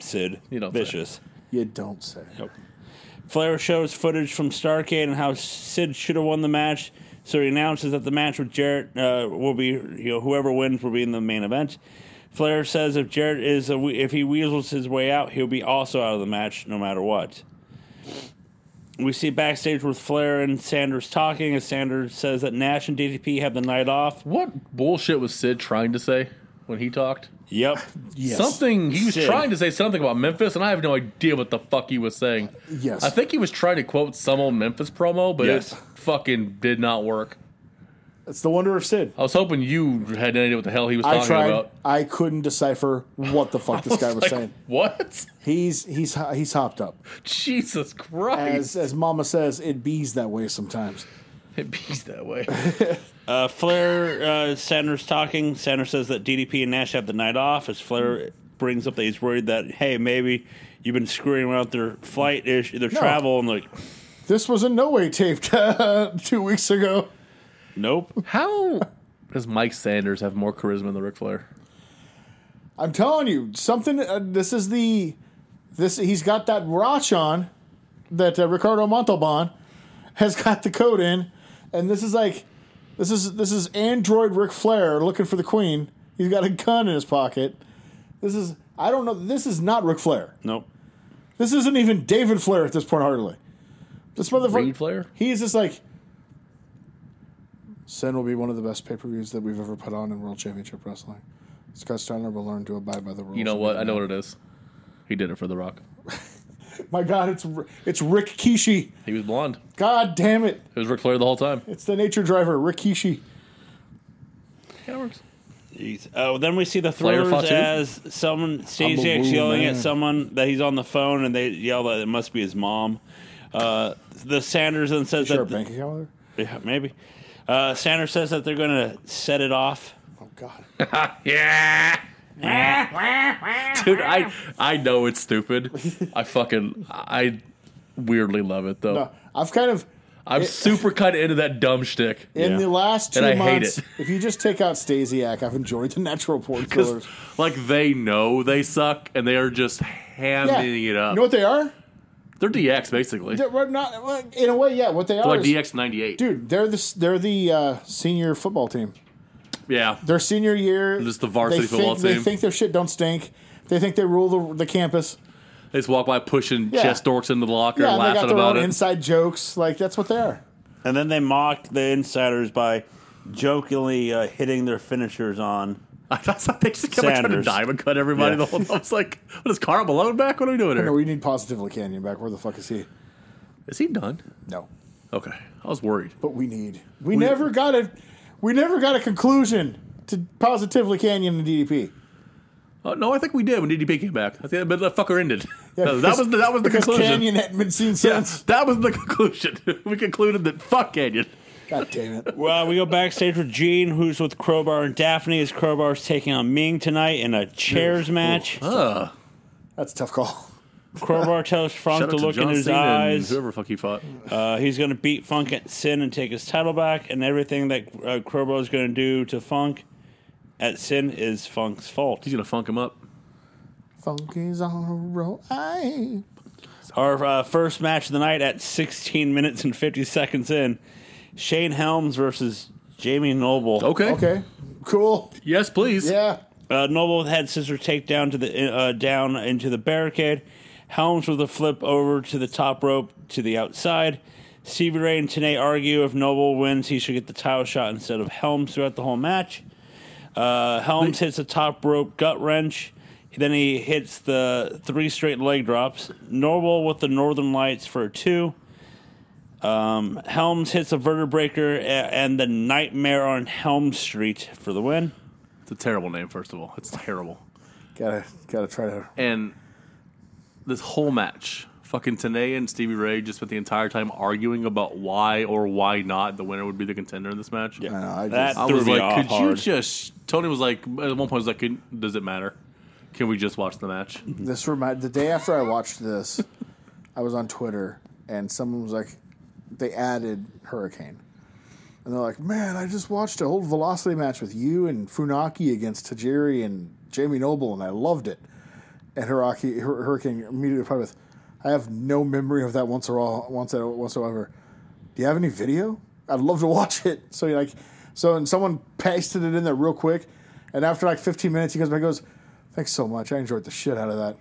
Sid You don't say. Vicious. You don't say. Flair shows footage from Starcade and how Sid should have won the match. So he announces that the match with Jarrett uh, will be, you know, whoever wins will be in the main event. Flair says if Jarrett is a, we- if he weasels his way out, he'll be also out of the match no matter what. We see backstage with Flair and Sanders talking, as Sanders says that Nash and DDP have the night off. What bullshit was Sid trying to say when he talked? Yep. Yes. Something he was Sid. trying to say something about Memphis, and I have no idea what the fuck he was saying. Yes. I think he was trying to quote some old Memphis promo, but Yes. it fucking did not work. It's the wonder of Sid. I was hoping you had any idea what the hell he was I talking tried. about. I couldn't decipher what the fuck this guy was Like, saying. What? He's he's he's hopped up. Jesus As Christ! as Mama says, it bees that way sometimes. It bees that way. Uh, Flair, uh, Sanders talking. Sanders says that DDP and Nash have the night off. As Flair brings up that he's worried that hey, maybe you've been screwing around with their flight issue, their travel, and like, This was in no way taped two weeks ago. nope. How does Mike Sanders have more charisma than Ric Flair? I'm telling you, something. Uh, this is the this he's got that watch on that uh, Ricardo Montalban has got the code in, and this is like this is this is Android Ric Flair looking for the Queen. He's got a gun in his pocket. This is I don't know. This is not Ric Flair. Nope. This isn't even David Flair at this point, hardly. This motherfucker. Reed Flair? He's just like. Sin will be one of the best pay per views that we've ever put on in World Championship Wrestling. Scott Steiner will learn to abide by the rules. You know what? I know what it is. He did it for The Rock. My God, it's R- it's Rick Kishi. He was blonde. God damn it! It was Ric Flair the whole time. It's the Nature Driver, Rick Kishi. Kind of works. Jeez. Oh, then we see the Flair thrillers fought too? as someone stage I'm a Jack's woo yelling man. at someone that he's on the phone, and they yell that it must be his mom. Uh, the Sanders then says that Sure, bank account there. yeah, maybe. Uh, Sanders says that they're going to set it off. Oh God, Yeah. Dude, I I know it's stupid. I fucking I weirdly love it though. No, Uh, I've kind of I'm super cut into that dumb shtick. in Yeah. the last two And I hate months. it. If you just take out Stasiak, I've enjoyed the Natural Porn 'Cause, Killers. Like they know they suck and they are just hamming it you up. know what they are? They're DX basically. They're They're- we're not well, in a way. Yeah, what they are like is- DX ninety eight. dude. They're the they're the uh, senior football team. Yeah. Their senior year, Just the varsity they football think, They team. think their shit don't stink. They think they rule the, the campus. They just walk by pushing Yeah. chest dorks into the locker and Yeah, and they got laughing their about own it. inside jokes. Like that's what they are. And then they mock the insiders by jokingly uh, hitting their finishers on. I thought they just kept like, trying to Sanders. diamond cut everybody Yeah. the whole time. I was like, what is Carl Malone back? What are we doing No, here? we need Positively Canyon back. Where the fuck is he? Is he done? No, Okay. I was worried. but we need. We, never got a. We never got a conclusion to Positively Canyon and DDP. Oh, no, I think we did when DDP came back. I think, but the fucker ended. Yeah, No, because- that was the, that was the because conclusion. Canyon hadn't been seen Yeah, since. that was the conclusion. we concluded that fuck Canyon. God damn it! Well, we go backstage with Gene, who's with Crowbar and Daphne, as Crowbar's taking on Ming tonight in a chairs match. Uh, That's a tough call. Crowbar tells Funk shout to out to look in John his Cena eyes. and whoever fuck he fought. Uh, he's going to beat Funk at Sin and take his title back, and everything that uh, Crowbar's going to do to Funk at Sin is Funk's fault. He's gonna funk him up. Funky's on a roll. Aye. Our uh, first match of the night at 16 minutes and 50 seconds in Shane Helms versus Jamie Noble. Okay. Okay, cool. Yes, please. Yeah. Uh, Noble had Scissor take down to the uh, down into the barricade. Helms with a flip over to the top rope to the outside. Stevie Ray and Tanay argue if Noble wins, he should get the title shot instead of Helms throughout the whole match. Uh, Helms hits a top rope gut wrench. Then he hits the three straight leg drops. Noble with the Northern Lights for a two. Um, Helms hits a vertebraker a- and the Nightmare on Helm Street for the win. It's a terrible name, first of all. It's terrible. Gotta gotta try to. And this whole match, fucking Tanay and Stevie Ray just spent the entire time arguing about why or why not the winner would be the contender in this match. I, know, I That just, I threw was me like, off could you hard. just? Tony was like, at one point, was like, "Can- does it matter? Can we just watch the match? this remind the day after I watched this, I was on Twitter and someone was like, they added Hurricane, and they're like, man, I just watched an old Velocity match with you and Funaki against Tajiri and Jamie Noble, and I loved it. And Hiraki, Hur- Hurricane immediately replied with, I have no memory of that once or all once at- whatsoever. Do you have any video? I'd love to watch it. So you're like, so and someone pasted it in there real quick, and after like 15 minutes, he goes back, and goes, thanks so much. I enjoyed the shit out of that.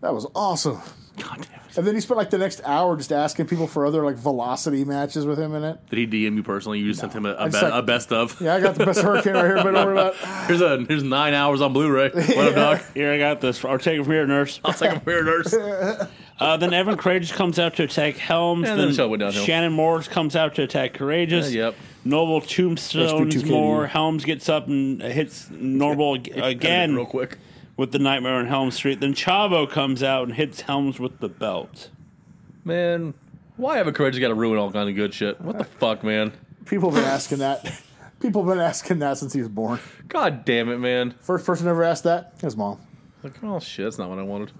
That was awesome. God damn it. And then he spent like the next hour just asking people for other like velocity matches with him in it. Did he DM you personally? You just sent him a, a, I be- just like- a best of. Yeah, I got the best hurricane right here, but don't worry about. it. Here's a here's nine hours on Blu-ray. What up, dog? Here, I got this. Or take it from here, nurse. It's like a weird nurse. Uh, then Evan Courageous comes out to attack Helms. And then then the show went downhill. Shannon Morris comes out to attack Courageous. Uh, yep. Noble tombstones H2K. more. Helms gets up and hits Noble ag- again real quick. with the Nightmare on Helm Street. Then Chavo comes out and hits Helms with the belt. Man, why have a courage got to ruin all kind of good shit? What the fuck, man? People have been asking that. People have been asking that since he was born. God damn it, man. First person ever asked that, his mom. Like, oh shit, that's not what I wanted.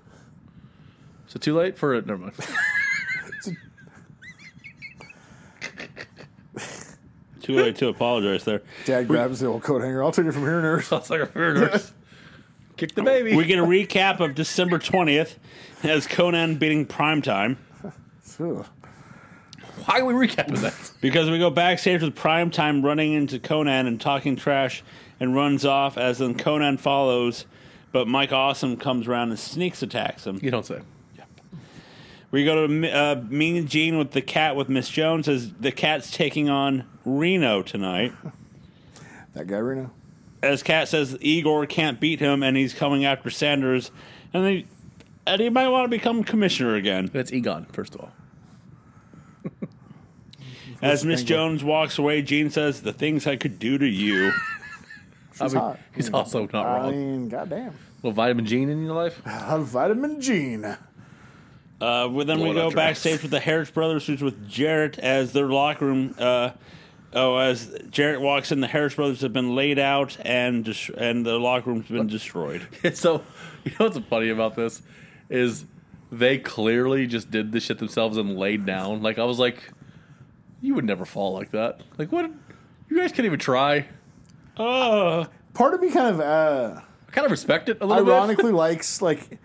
Is it too late for it? Never mind. Too late to apologize there. Dad grabs the old coat hanger. I'll take it from here, nurse. It's like a weird nurse. Kick the baby. We get a recap of December 20th as Conan beating Primetime. Ugh. why are we recapping that? Because we go backstage with Primetime running into Conan and talking trash and runs off as then Conan follows, but Mike Awesome comes around and sneaks attacks him. you don't say. We go to uh, Mean Gene with the cat with Miss Jones as the cat's taking on Reno tonight. That guy Reno. As Cat says, Igor can't beat him and he's coming after Sanders, and they, and he might want to become commissioner again. That's Egon, first of all. As Miss Engel. Jones walks away, Gene says, "The things I could do to you." I mean, hot. Hmm. he's also not I wrong. mean, goddamn. little vitamin gene in your life? Uh, vitamin Gene. Uh, well, then we Blowing go up tracks. backstage with the Harris brothers, who's with Jarrett as their locker room. Uh, oh, as Jarrett walks in, the Harris brothers have been laid out and dis- and the locker room's been destroyed. so, you know what's funny about this? Is they clearly just did this shit themselves and laid down. Like, I was like, you would never fall like that. Like, what? You guys can't even try. Oh, Part of me kind of uh, I kind of respect it a little bit. ironically likes like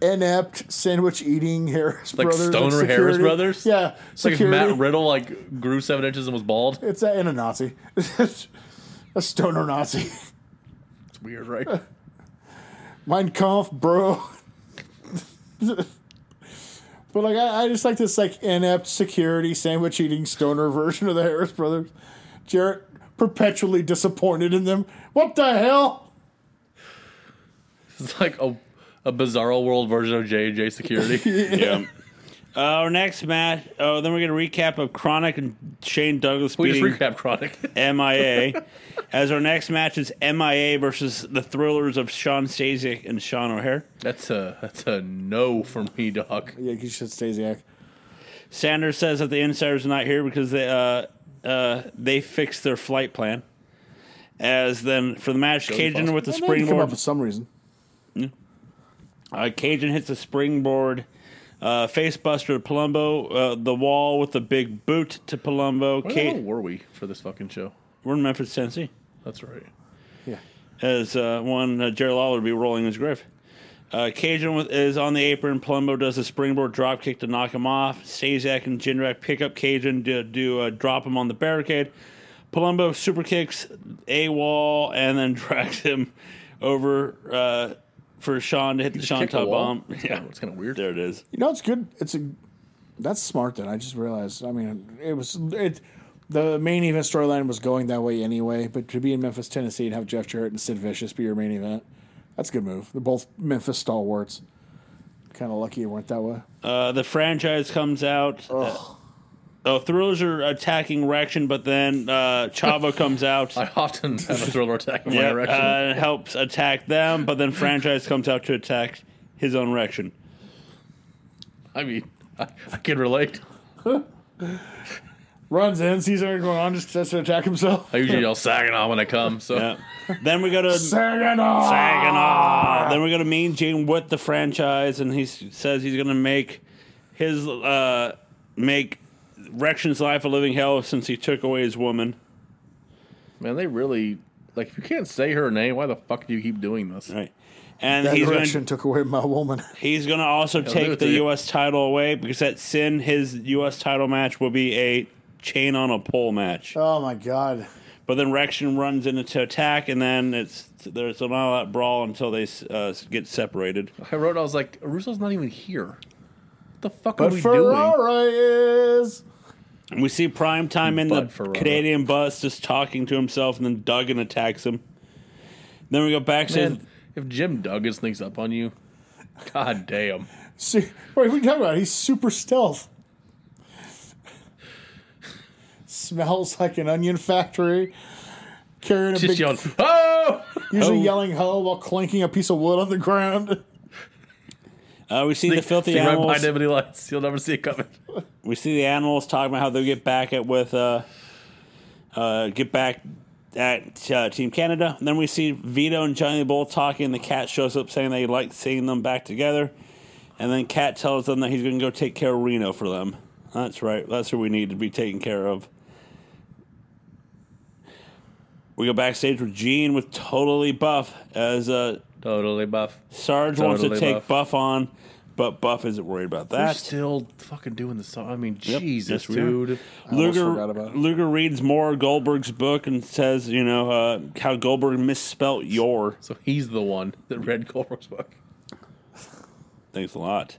inept sandwich eating Harris Like brothers. stoner Harris security. brothers? Yeah. It's like if Matt Riddle, like, grew seven inches and was bald. It's that and a Nazi. a stoner Nazi. It's weird, right? Mein Kampf, bro. but like, I, I just like this like inept security sandwich eating stoner version of the Harris brothers. Jarrett perpetually disappointed in them. What the hell? it's like a, a bizarro world version of J&J security. yeah. Uh, our next match. Oh, then we're gonna recap of Chronic and Shane Douglas we just beating recap Chronic. MIA. As our next match is MIA versus the Thrillers of Sean Stasiak and Sean O'Hare. That's a, that's a no for me, doc. Yeah, you should Stasiak. Sanders says that the insiders are not here because they uh, uh, they fixed their flight plan. As then for the match, Cajun Foster. with the Came up springboard. with some reason. Uh, Cajun hits the springboard. Uh, facebuster to Palumbo. Uh, the wall with the big boot to Palumbo. Where the hell Kate, were we for this fucking show? we're in Memphis, Tennessee. That's right. Yeah. As uh, one uh, Jerry Lawler would be rolling his grave. Uh, Cajun with, is on the apron. Palumbo does a springboard drop kick to knock him off. Stazak and Jindrak pick up Cajun to do uh, drop him on the barricade. Palumbo super kicks a wall and then drags him over uh, for Sean to hit the Sean Kick the top wall? bomb. It's Yeah, kinda- it's kind of weird. there it is. You know, it's good. It's a that's smart. Then I just realized. I mean, it was it. The main event storyline was going that way anyway, but to be in Memphis, Tennessee, and have Jeff Jarrett and Sid Vicious be your main event, that's a good move. They're both Memphis stalwarts. Kind of lucky it weren't that way. Uh, the franchise comes out. Uh, oh, Thrillers are attacking Rection, but then uh, Chavo comes out. I often have a thriller attack in my Yeah, erection. uh, helps attack them, but then franchise comes out to attack his own erection. I mean, I, I can relate. Runs in, sees everything going on, just tries to attack himself. I usually yell Saginaw when I come. So Yeah. Uh, then we go to Saginaw! Saginaw. Then we go to Mean Gene with the franchise, and he s- says he's going to make his uh, make Rection's life a living hell since he took away his woman. man, they really Like, if you can't say her name, why the fuck do you keep doing this? Right. And That he's going direction took away my woman. he's going to also do take it the to you. U.S. title away because at Sin, his U.S. title match will be a chain on a pole match. Oh my god. But then Rection runs in to attack, and then it's there's an all out brawl until they uh, get separated. I wrote, I was like, Russo's not even here. What the fuck are But we doing? Ferrara is. And we see Prime Time in Bud the Ferrara. Canadian bus just talking to himself, and then Duggan attacks him. Then we go backstage. Man, if Jim Duggan sneaks up on you, god damn. See, wait, what are you talking about? He's super stealth. Smells like an onion factory. Carrying a Just big, yelling, oh! usually "Ho." yelling "ho" while clanking a piece of wood on the ground. Uh, we see the filthy See right animals. behind him and he lights. You'll never see it coming. we see the animals talking about how they'll get back at with uh, uh, get back at uh, Team Canada. And then we see Vito and Johnny Bull talking. and The cat shows up saying they like seeing them back together. And then Cat tells them that he's going to go take care of Reno for them. That's right. That's who we need to be taken care of. We go backstage with Gene with totally buff as uh, Totally buff. Sarge wants to Totally take Buff. Buff on, but Buff isn't worried about We're that. still fucking doing this song. I mean, Yes, Jesus, we are. dude. almost Luger, forgot about it. Luger reads more Goldberg's book and says, you know, uh, how Goldberg misspelt your. So he's the one that read Goldberg's book. Thanks a lot.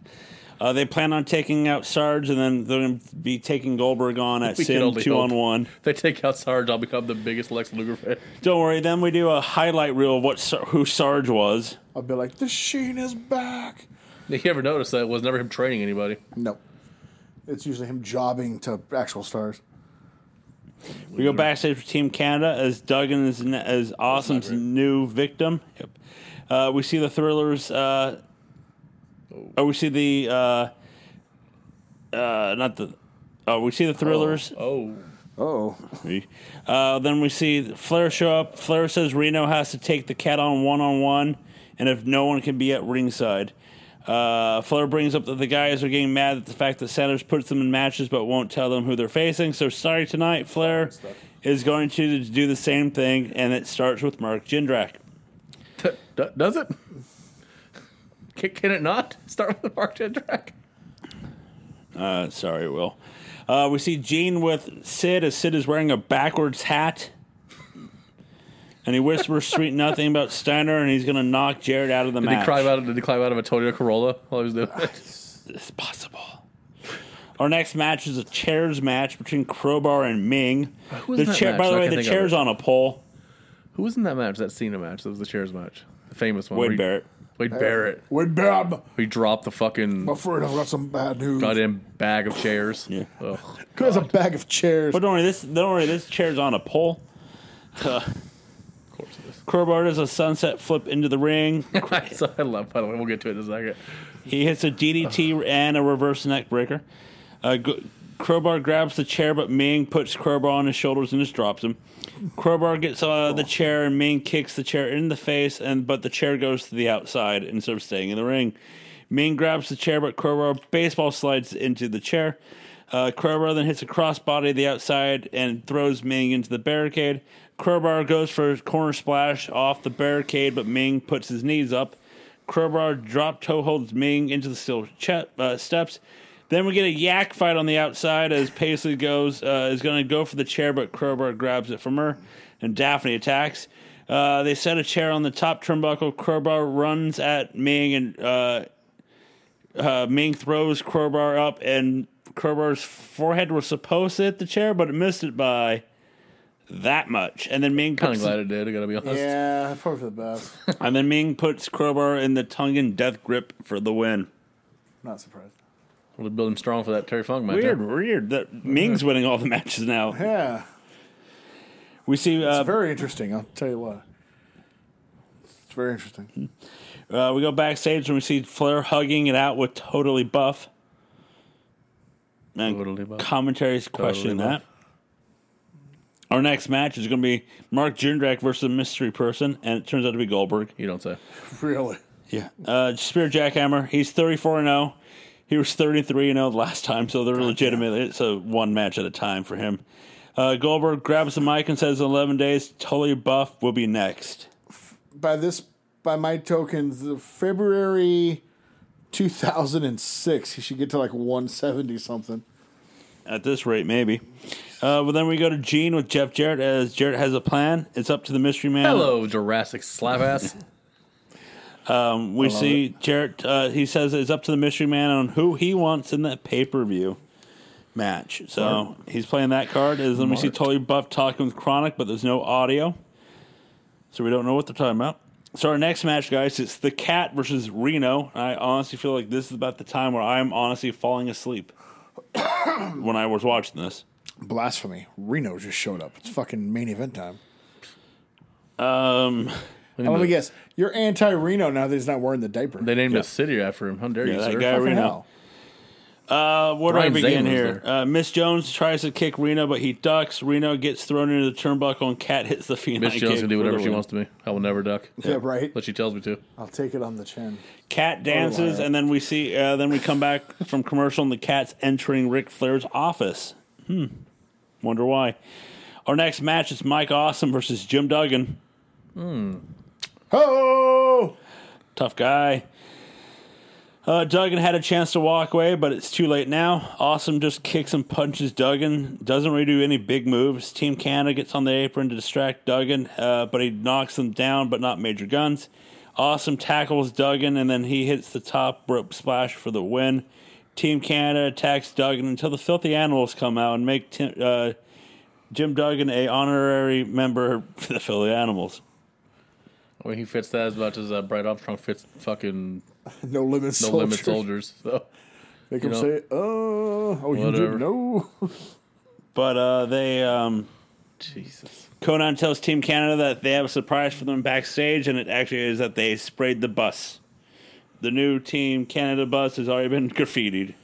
Uh, they plan on taking out Sarge, and then they're going to be taking Goldberg on at We can Sin only two on hope. one. If they take out Sarge, I'll become the biggest Lex Luger fan. Don't worry. Then we do a highlight reel of what Sar- who Sarge was. I'll be like, "The Sheen is back." You ever notice that it was never him training anybody? No, it's usually him jobbing to actual stars. We Mm-hmm. go backstage with Team Canada as Duggan is n- as Awesome's new victim. Yep. Uh, we see the Thrillers. Uh, oh, we see the uh, uh, not the. Oh, we see the Thrillers. Oh, Oh, Uh, then we see Flair show up. Flair says Reno has to take the cat on one on one, and if no one can be at ringside. Uh, Flair brings up that the guys are getting mad at the fact that Sanders puts them in matches but won't tell them who they're facing. So sorry tonight, Flair is going to do the same thing, and it starts with Mark Jindrak. D- d- does it? Can, can it not start with Mark Jindrak? Uh, sorry, Will. Uh, we see Gene with Sid as Sid is wearing a backwards hat. And he whispers sweet nothing about Steiner, and he's going to knock Jared out of the Did match. he climb out? Did he climb out of a Toyota Corolla while he was doing it? It's possible. Our next match is a chairs match between Crowbar and Ming. Who was the in that chair, match? by the I way, can't the think of chair's it. on a pole. Who was in that match? That Cena match. That was the chairs match. The famous one. where Wade he- Barrett. Wade Barrett. wait, Bab, He dropped the fucking I'm afraid I've got some bad news. goddamn bag of chairs. Yeah. Ugh. There's a bag of chairs. But don't worry, this don't worry, this chair's on a pole. Of course it is. Crowbar does a sunset flip into the ring. so I love. By the way, we'll get to it in a second. He hits a DDT and a reverse neck breaker. Uh, G- Crowbar grabs the chair, but Ming puts Crowbar on his shoulders and just drops him. Crowbar gets out of the chair, and Ming kicks the chair in the face, and but the chair goes to the outside instead of staying in the ring. Ming grabs the chair, but Crowbar baseball slides into the chair. Uh, Crowbar then hits a crossbody to the outside and throws Ming into the barricade. Crowbar goes for a corner splash off the barricade, but Ming puts his knees up. Crowbar drop toe holds Ming into the steel che- uh, steps. Then we get a yak fight on the outside as Paisley goes uh, is going to go for the chair, but Crowbar grabs it from her, and Daphne attacks. Uh, they set a chair on the top turnbuckle. Crowbar runs at Ming, and uh, uh, Ming throws Crowbar up, and Crowbar's forehead was supposed to hit the chair, but it missed it by that much. And then Ming Kind of puts glad it did. I gotta be honest. yeah, probably for the best. and then Ming puts Crowbar in the tongue and death grip for the win. Not surprised. We'll build him strong for that Terry Funk match. Weird, weird. That Ming's winning all the matches now. Yeah, We see it's Um, uh, very interesting. I'll tell you what. It's very interesting. uh, we go backstage and we see Flair hugging it out with totally buff. And Totally Buff. commentaries questioning Buff. that. Our next match is going to be Mark Jindrak versus a mystery person, and it turns out to be Goldberg. You don't say. Really. Yeah. Uh, Spear Jackhammer. He's thirty-four and oh. zero. oh He was thirty-three and zero last time, so they're legitimate. It's a one match at a time for him. Uh, Goldberg grabs the mic and says, "11 days, totally buff. will be next." by this by my tokens the february 2006 he should get to like 170 something At this rate, maybe. Uh, well, then we go to Gene with Jeff Jarrett as Jarrett has a plan. It's up to the mystery man. Hello, Jurassic slap ass. We see Jarrett. Uh, he says it's up to the mystery man on who he wants in that pay per view match. So he's playing that card. As then we see Marked. Tully Buff talking with Chronic, but there's no audio, so we don't know what they're talking about. So our next match, guys, it's the Cat versus Reno. I honestly feel like this is about the time where I'm honestly falling asleep when I was watching this. blasphemy reno just showed up it's fucking main event time Um, Now, let me guess you're anti-reno now that he's not wearing the diaper They named a city after him. How dare Yeah, you, that sir? guy- Fucking Reno. hell. Uh, where Brian do I begin Zane was here? Uh, Miss Jones tries to kick Reno, but he ducks. Reno gets thrown into the turnbuckle, and Cat hits the Phoenix. Miss Jones can do whatever she wants to me. I will never duck. yeah right But she tells me to. i'll take it on the chin Cat dances, liar. and then we see. Uh, then we come back from commercial, and the cat's entering Ric Flair's office. Hmm. Wonder why. Our next match is Mike Awesome versus Jim Duggan. oh Tough guy. Uh, Duggan had a chance to walk away, but it's too late now. Awesome just kicks and punches Duggan. Doesn't really do any big moves. Team Canada gets on the apron to distract Duggan, uh, but he knocks them down, but not major guns. Awesome tackles Duggan, and then he hits the top rope splash for the win. Team Canada attacks Duggan until the filthy animals come out and make Tim, uh, Jim Duggan a honorary member for the filthy animals. I mean, he fits that as much as uh, Bright Armstrong fits fucking no limits No soldier. Limit Soldiers. So. make him know. say oh oh you Whatever. didn't know But uh, they. Um, Jesus. Conan tells Team Canada that they have a surprise for them backstage, and it actually is that they sprayed the bus. The new Team Canada bus has already been graffitied.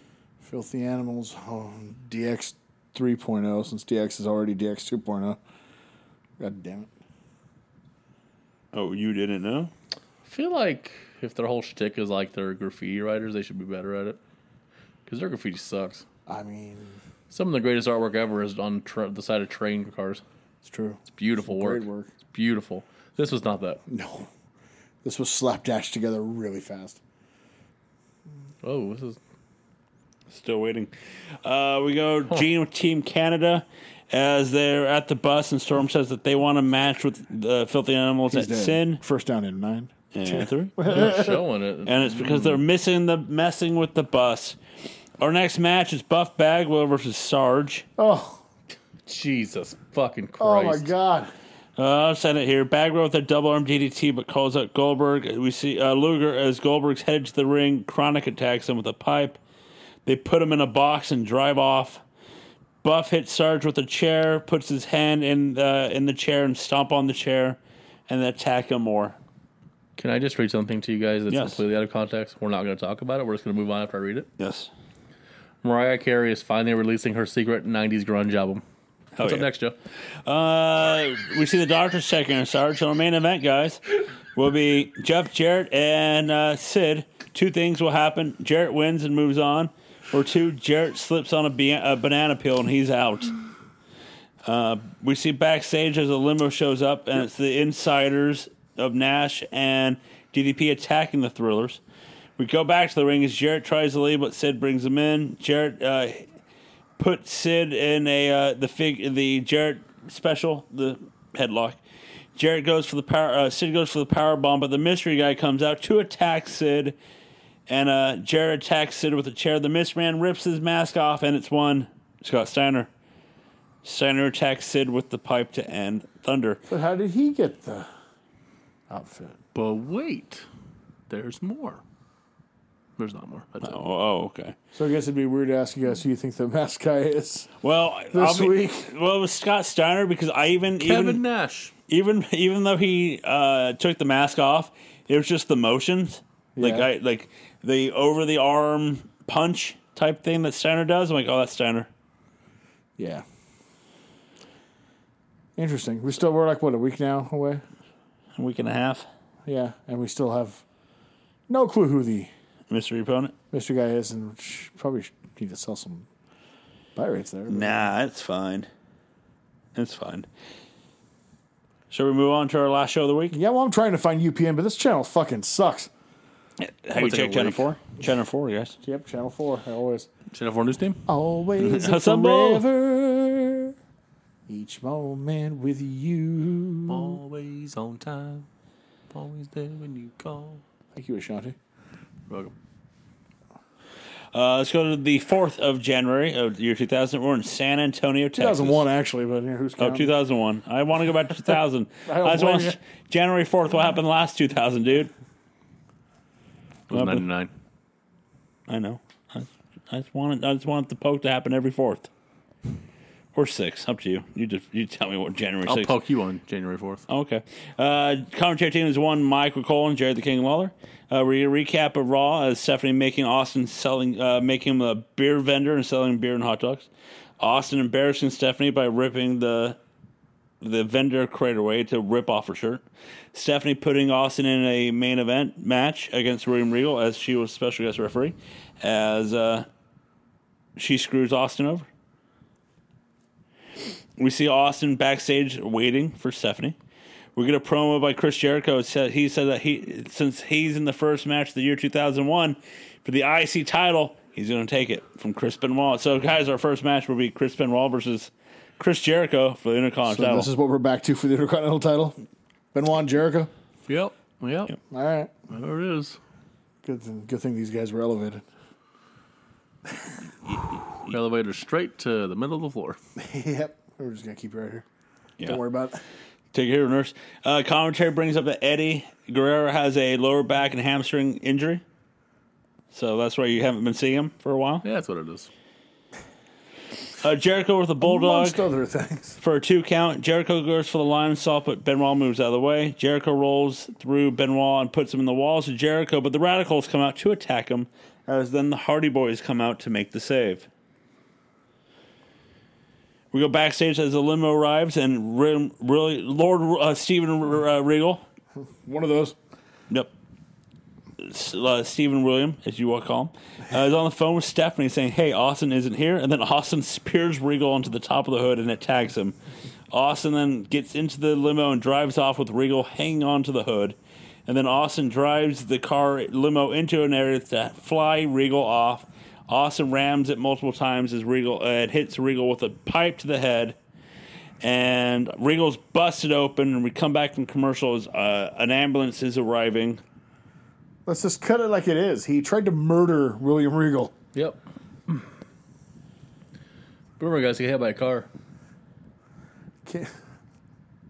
filthy animals oh, dx 3.0 oh, since dx is already dx 2.0 oh. god damn it Oh, you didn't know? I feel like if their whole shtick is like they're graffiti writers, they should be better at it. Because their graffiti sucks. I mean, Some of the greatest artwork ever is on tra- the side of train cars. it's true. It's beautiful work. Great work. It's beautiful. This was not that. No, this was slapdash together really fast. Oh, this is. Still waiting. Uh, we go Gene with Team Canada as they're at the bus, and Storm says that they want a match with the Filthy Animals at Dead. Sin. First down in nine. And three. They're showing it. and it's because they're missing the messing with the bus. Our next match is Buff Bagwell versus Sarge. Oh, Jesus fucking oh Christ. my God! Uh, I've said it here. Bagwell with a double arm DDT, but calls out Goldberg. We see uh, Luger as Goldberg's headed to the ring. Chronic attacks him with a pipe. They put him in a box and drive off. Buff hits Sarge with a chair, puts his hand in the in the chair and stomp on the chair, and then attack him more. Can I just read something to you guys that's Yes. completely out of context? We're not going to talk about it. We're just going to move on after I read it. Yes. Mariah Carey is finally releasing her secret 90s grunge album. What's up yeah. next, Joe? Uh, we see the doctor's checking on Sarge. So our main event, guys, will be Jeff Jarrett and uh, Sid. Two things will happen: Jarrett wins and moves on, or two, Jarrett slips on a, ba- a banana peel and he's out. Uh, we see backstage as a limo shows up, and it's the insiders of Nash and DDP attacking the Thrillers. We go back to the ring as Jarrett tries to leave, but Sid brings him in. Jarrett uh, put Sid in a uh, the fig the Jarrett special the headlock. Jarrett goes for the power. Uh, Sid goes for the power bomb, but the mystery guy comes out to attack Sid, and uh, Jarrett attacks Sid with a chair. The mystery man rips his mask off, and it's one Scott Steiner. Steiner attacks Sid with the pipe to end Thunder. But how did he get the outfit? But wait, there's more. There's not more. That's Oh, oh okay. So I guess it'd be weird to ask you guys who you think the mask guy is. Well, This I'll be- week. Well, it was Scott Steiner because I even Kevin even Nash. even even though he uh, took the mask off, it was just the motions, like Yeah. I like the over the arm punch type thing that Steiner does. I'm like, oh, that's Steiner. Yeah. Interesting. We still we're like what a week now away. A week and a half, Yeah, and we still have no clue who the mystery opponent. Mister guy is, and sh- probably sh- need to sell some buy rates there. Nah, it's fine. It's fine. Shall we move on to our last show of the week? Yeah, well, I'm trying to find UPN, but this channel fucking sucks. Have you We'll take checked a Channel break. 4? Channel 4, yes. Yep, Channel 4, I always. Channel 4 News Team? Always and Assemble. forever. Each moment with you. Always on time. Always there when you call. Thank you, Ashanti. Welcome. Uh, let's go to the 4th of January of the year 2000. We're in San Antonio, Texas. 2001, actually, but yeah, who's Oh, counting? 2001. I want to go back to 2000. Um, I I, don't just want blame to- January 4th. What happened last 2000, dude? It was 99. I know. I, I just want it, I just want the poke to happen every 4th. Or 6th. Up to you. You just you tell me what January I'll 6th. poke you on January 4th. Okay. Uh, commentary team is one Michael Cole and Jared the King Lawler. Uh, we get a recap of Raw as Stephanie making Austin selling, uh, making him a beer vendor and selling beer and hot dogs. Austin embarrassing Stephanie by ripping the the vendor crate away to rip off her shirt. Stephanie putting Austin in a main event match against William Regal as she was special guest referee, as uh, she screws Austin over. We see Austin backstage waiting for Stephanie. We get a promo by Chris Jericho. It said- He said that he, since he's in the first match of the year 2001 for the IC title, he's going to take it from Chris Benoit. So, guys, our first match will be Chris Benoit versus Chris Jericho for the Intercontinental So title. this is what we're back to for the Intercontinental title. Benoit and Jericho. Yep. Yep. All right. There it is. Good, thing, good thing these guys were elevated. Elevator straight to the middle of the floor. yep. We're just going to keep it right here. Yeah. Don't worry about it. Take care, nurse. Uh, commentary brings up that Eddie Guerrero has a lower back and hamstring injury. So that's why you haven't been seeing him for a while. Yeah, that's what it is. Uh, Jericho with a bulldog. Amongst other things. for a two count. Jericho goes for the lime salt, but Benoit moves out of the way. Jericho rolls through Benoit and puts him in the walls of Jericho, but the Radicals come out to attack him, as then the Hardy Boys come out to make the save. We go backstage as the limo arrives, and Rim, really Lord uh, Stephen uh, Regal, One of those. Yep. S- Uh, Stephen William, as you all call him, uh, is on the phone with Stephanie saying, Hey, Austin isn't here. And then Austin spears Regal onto the top of the hood and it tags him. Austin then gets into the limo and drives off with Regal hanging onto the hood. And then Austin drives the car limo into an area to fly Regal off. Austin rams it multiple times as Regal uh, it hits Regal with a pipe to the head and Regal's busted open, and we come back from commercial as uh, an ambulance is arriving. Let's just cut it like it is. He tried to murder William Regal. Yep. Boomer guys get hit by a car. Can't-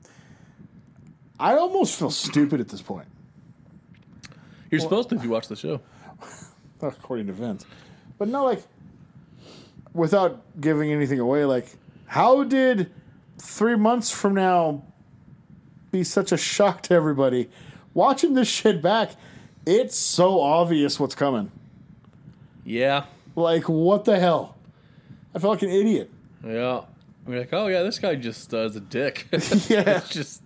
I almost feel stupid at this point, You're supposed to if you watch the show. according to Vince. But no, like, without giving anything away, like, how did three months from now be such a shock to everybody? Watching this shit back, it's so obvious what's coming. Yeah. Like, what the hell? I feel like an idiot. Yeah. I'm like, oh yeah, this guy just uh, is a dick. Yeah. It's just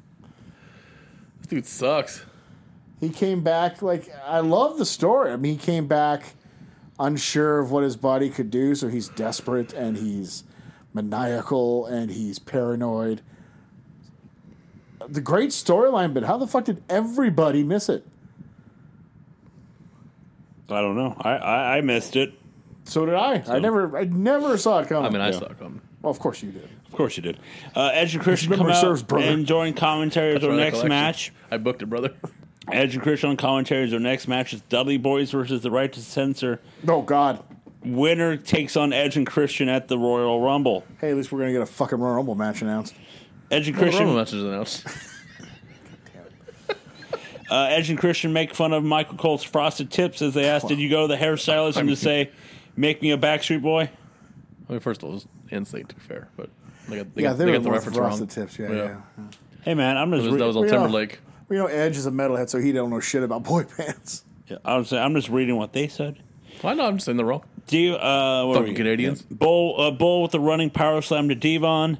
this dude sucks. he came back like I love the story. I mean, he came back unsure of what his body could do, so he's desperate and he's maniacal and he's paranoid. The great storyline, but how the fuck did everybody miss it? I don't know. I, I, I missed it. So did I. I never, I never saw it coming. I mean, I Yeah. suck on. Well, of course you did. Of course you did. Uh, Edge and Christian come Memory out serves, brother. and join commentary as our Brother next collection. match. I booked it, brother. Edge and Christian on commentary as our next match is Dudley Boys versus the Right to Censor. Oh God. Winner takes on Edge and Christian at the Royal Rumble. Hey, at least we're gonna get a fucking Royal Rumble match announced. Edge and Christian Christian, uh, message announced. uh, Edge and Christian make fun of Michael Cole's frosted tips as they ask, "Did you go to the hairstylist and just say, make me a Backstreet Boy?" I mean, first of all, it was insane to be fair, but they got, they Yeah, got, they, they were got the reference wrong. the tips. Yeah, Yeah. yeah. Hey man, I'm just That was, re- that was on We are- Timberlake. We know Edge is a metalhead, so he don't know shit about boy bands. Yeah, I'm just, I'm just reading what they said. Why not? I'm just saying the wrong. Do you, uh, what are Fucking we- Canadians. Bull, uh, Bull with the running power slam to Devon.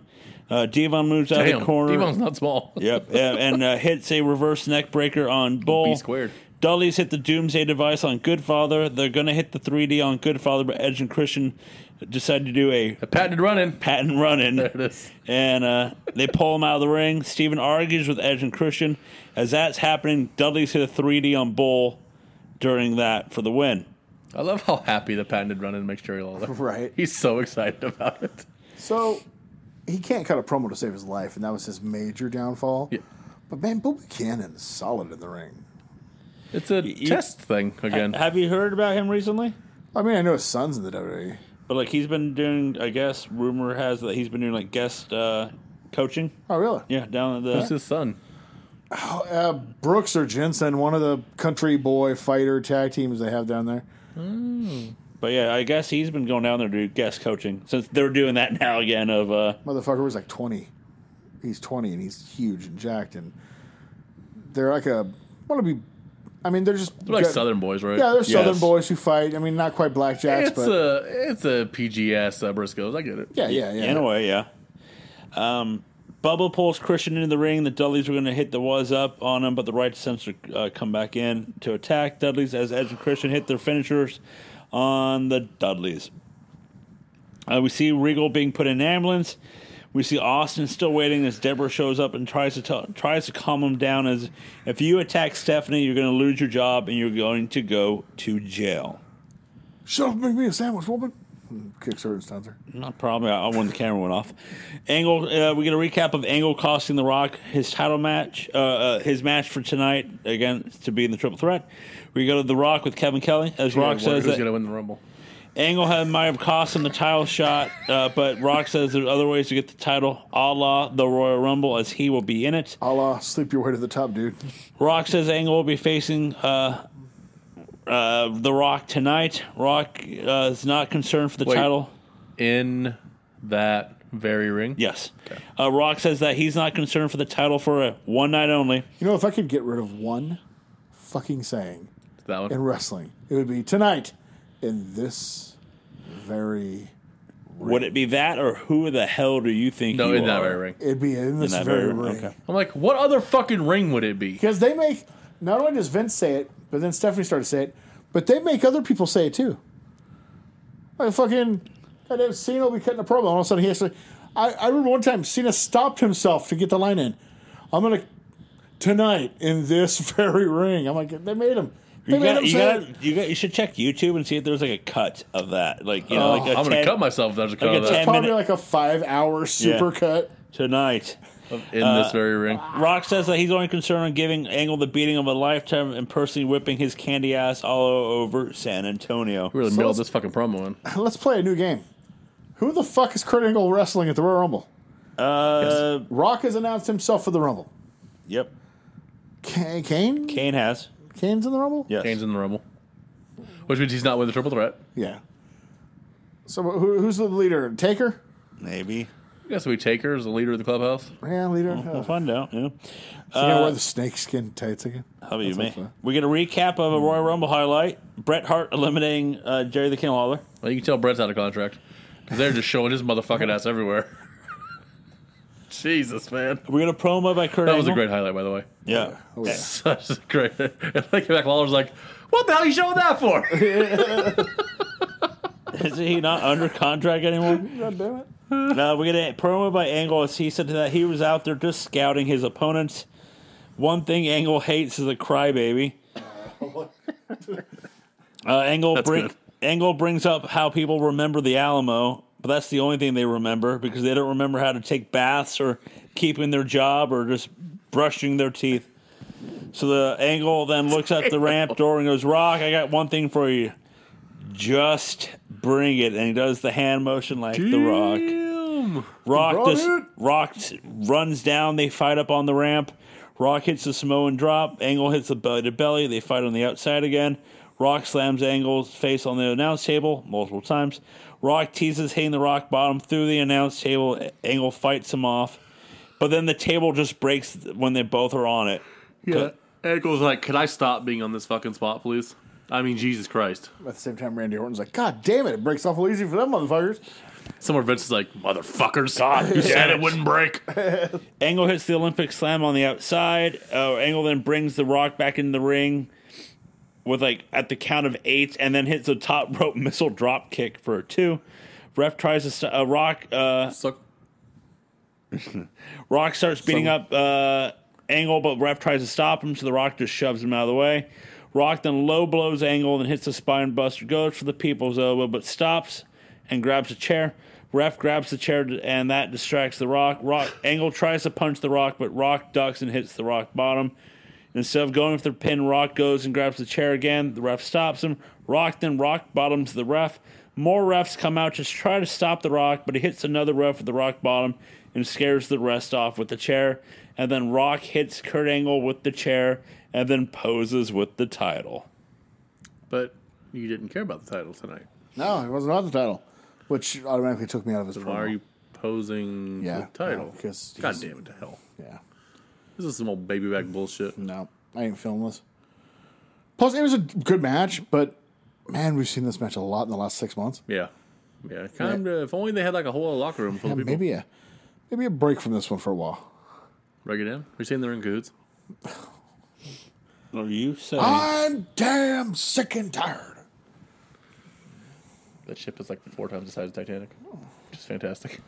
Uh, Devon moves out of Damn, the corner. Devon's not small. Yep, yeah, and uh, hits a reverse neck breaker on Bull. squared. Dudley's hit the Doomsday device on Goodfather. They're going to hit the 3D on Goodfather, but Edge and Christian decide to do a A patented running. patent run There it in. is. And uh, they pull him out of the ring. Steven argues with Edge and Christian. As that's happening, Dudley's hit a 3D on Bull during that for the win. I love how happy the patented running makes Jerry Lawler. Right. He's so excited about it. So he can't cut a promo to save his life, and that was his major downfall. Yeah. But man, Bull Buchanan is solid in the ring. It's a test thing again. Have you heard about him recently? I mean, I know his son's in the E. WWE. But like he's been doing, I guess rumor has that he's been doing like guest uh, coaching. Oh, really? Yeah, down at Who's the his son? Uh, Brooks or Jensen, one of the country boy fighter tag teams they have down there. But yeah, I guess he's been going down there to do guest coaching since they're doing that now again. Of uh, Motherfucker was like 20. He's 20 and he's huge and jacked. And they're like a, want to be, I mean, they're just. They're like Southern boys, right? Yeah, they're Southern Yes. boys who fight. I mean, not quite blackjacks, It's but. a it's a PGS uh, Briscoes. I get it. yeah, yeah, yeah. in a way, yeah. Um, Bubba pulls Christian into the ring. The Dudleys were going to hit the was up on him, but the right sensor uh, come back in to attack Dudleys as Edge and Christian hit their finishers on the Dudleys. Uh, we see Regal being put in an ambulance. We see Austin still waiting as Deborah shows up and tries to tell, tries to calm him down. As if you attack Stephanie, you're going to lose your job and you're going to go to jail. Shut up and make me a sandwich, woman. Hmm, Kicks her and stuns her. Not probably. I, I when the camera went off. Angle. Uh, we get a recap of Angle costing The Rock his title match, uh, uh, his match for tonight again to be in the triple threat. We go to The Rock with Kevin Kelly as I Rock wonder says who's that gonna win the Rumble. Angle had, might have cost him the title shot, uh, but Rock says there's other ways to get the title, a la the Royal Rumble, as he will be in it. Allah, uh, sleep your way to the top, dude. Rock says Angle will be facing uh, uh, The Rock tonight. Rock uh, is not concerned for the Wait. title. In that very ring. Yes. Uh, Rock says that he's not concerned for the title for a one night only. You know, if I could get rid of one fucking saying That one. in wrestling, it would be tonight in this very. Would it be that or who the hell do you think no, you in that are? very ring. It'd be in this that very, very- ring. okay. I'm like, what other fucking ring would it be? Because they make not only does Vince say it, but then Stephanie started to say it, but they make other people say it too. Like fucking, goddamn Cena will be cutting a promo, and all of a sudden he has to. I, I remember one time Cena stopped himself to get the line in. I'm gonna tonight in this very ring. I'm like they made him. They You made got, him you, say got, it. you got. You should check YouTube and see if there's like a cut of that. Like you know, like a Oh, 10 I'm gonna cut myself if there's a cut like of a that. ten- Probably minute- like a five hour super cut. tonight. in uh, this very ring. Rock says that he's only concerned on giving Angle the beating of a lifetime and personally whipping his candy ass all over San Antonio. We're in the middle of let's- this fucking promo. In. Let's play a new game. Who the fuck is Kurt Angle wrestling at the Royal Rumble? Uh, Rock has announced himself for the Rumble. yep. Ca- Kane? Kane has. Kane's in the Rumble? Yes. Kane's in the Rumble, which means he's not with the Triple Threat. Yeah. So who, who's the leader? Taker? Maybe. I guess we take her as the leader of the clubhouse. Yeah, leader. We'll Uh, find out. Yeah. so you gonna wear the snakeskin tights again? How about you, That's mate? awesome. We get a recap of a Royal Rumble highlight. Bret Hart eliminating uh, Jerry the King Lawler. Well, you can tell Brett's out of contract 'Cause they're just showing his motherfucking ass everywhere. Jesus, man, We get a promo by Kurt that Angle. was a great highlight, by the way. Yeah. Oh, yeah. Such a great. And like back, Lawler's like, "What the hell are you showing that for?" Is he not under contract anymore? God damn it. No, we get a promo by Angle as he said that he was out there just scouting his opponents. One thing Angle hates is a crybaby. Uh, Angle bring, good. Angle brings up how people remember the Alamo, but that's the only thing they remember because they don't remember how to take baths or keeping their job or just brushing their teeth. So the Angle then looks at the ramp door and goes, "Rock, I got one thing for you. Just bring it." And he does the hand motion like the Rock. Damn. Rock Brought just it. Rock s- runs down. They fight up on the ramp. Rock hits the Samoan drop. Angle hits the belly to belly. They fight on the outside again. Rock slams Angle's face on the announce table multiple times. Rock teases hitting the rock bottom through the announce table. A- Angle fights him off, but then the table just breaks when they both are on it. Yeah. Eggle's like, "Could I stop being on this fucking spot, please?" I mean, Jesus Christ. At the same time, Randy Orton's like, God damn it, it breaks awful easy for them motherfuckers. Somewhere Vince is like, motherfuckers, you said it wouldn't break. Angle hits the Olympic slam on the outside. Uh, Angle then brings The Rock back in the ring with like at the count of eight, and then hits a top rope missile drop kick for a two. Ref tries to st- uh, Rock. Uh, Suck. Rock starts beating up uh, Angle, but Ref tries to stop him, so The Rock just shoves him out of the way. Rock then low blows Angle and hits the spine buster, goes for the people's elbow, but stops and grabs a chair. Ref grabs the chair, and that distracts The Rock. Rock Angle tries to punch The Rock, but Rock ducks and hits The Rock bottom. Instead of going for the pin, Rock goes and grabs the chair again. The ref stops him. Rock then rock bottoms the ref. More refs come out just try to stop the Rock, but he hits another ref with the rock bottom and scares the rest off with the chair. And then Rock hits Kurt Angle with the chair and then poses with the title. But you didn't care about the title tonight. No, it wasn't on the title, which automatically took me out of his Why are you posing Yeah, the title? yeah, 'cause God he's- damn it to hell. Yeah. This is some old baby back bullshit. No, I ain't feeling this. Plus, it was a good match, but man, we've seen this match a lot in the last six months. Yeah. Yeah. Kind of, if only they had like a whole locker room full Yeah, of people. maybe a maybe a break from this one for a while. Break it down. Are you saying they're in cahoots? Are you saying? I'm damn sick and tired. That ship is like four times the size of Titanic. Which is fantastic.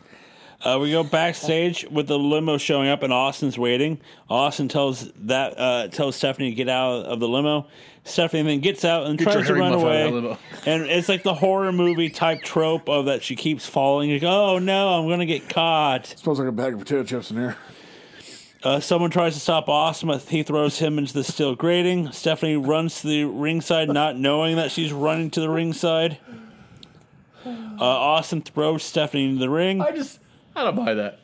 Uh, we go backstage with the limo showing up, and Austin's waiting. Austin tells that uh, tells Stephanie to get out of the limo. Stephanie then gets out and your tries to hairy run muff out of away. that limo. And it's like the horror movie type trope of that she keeps falling. Like, oh no, I'm gonna get caught. Smells like a bag of potato chips in here. Uh, someone tries to stop Austin, but he throws him into the steel grating. Stephanie runs to the ringside, not knowing that she's running to the ringside. Uh, Austin throws Stephanie into the ring. I just, I don't buy that.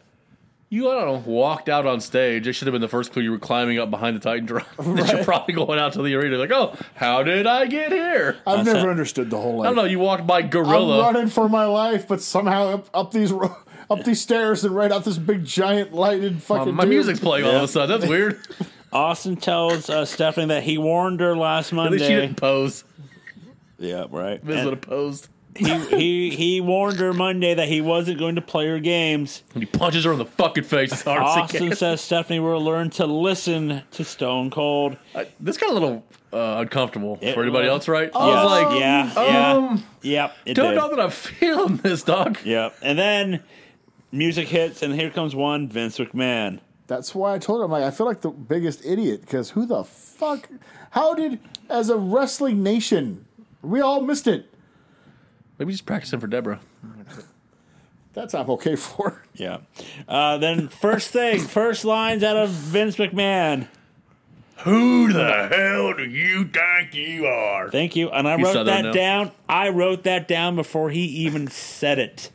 You, I don't know, walked out on stage. It should have been the first clue you were climbing up behind the Titantron. That You're probably going out to the arena like, oh, how did I get here? I I've That's never it. understood the whole. Like, don't know. You walked by I'm Gorilla. running for my life, but somehow up, up these ro- up these stairs and right out this big giant lighted fucking. Um, my dude. music's playing all of a sudden. That's weird. Austin tells uh, Stephanie that he warned her last At least she Monday. didn't pose. Yeah, right. Miz would And have posed. He, he he warned her Monday that he wasn't going to play her games. And he punches her in the fucking face as hard as he Austin can. says Stephanie will learn to listen to Stone Cold. I- this got a little uh, uncomfortable It for anybody was. else, right? I Yes, was like, yeah, um, yeah, yep. It don't did. know that I'm feeling this, dog. Yep. And then music hits, and here comes one Vince McMahon. That's why I told him like I feel like the biggest idiot because who the fuck? How did as a wrestling nation we all missed it? Maybe just practicing for Deborah. That's I'm okay for. Yeah. Uh, then first thing, first lines out of Vince McMahon. Who the hell do you think you are? Thank you. And I He's wrote Southern that now. down. I wrote that down before he even said it.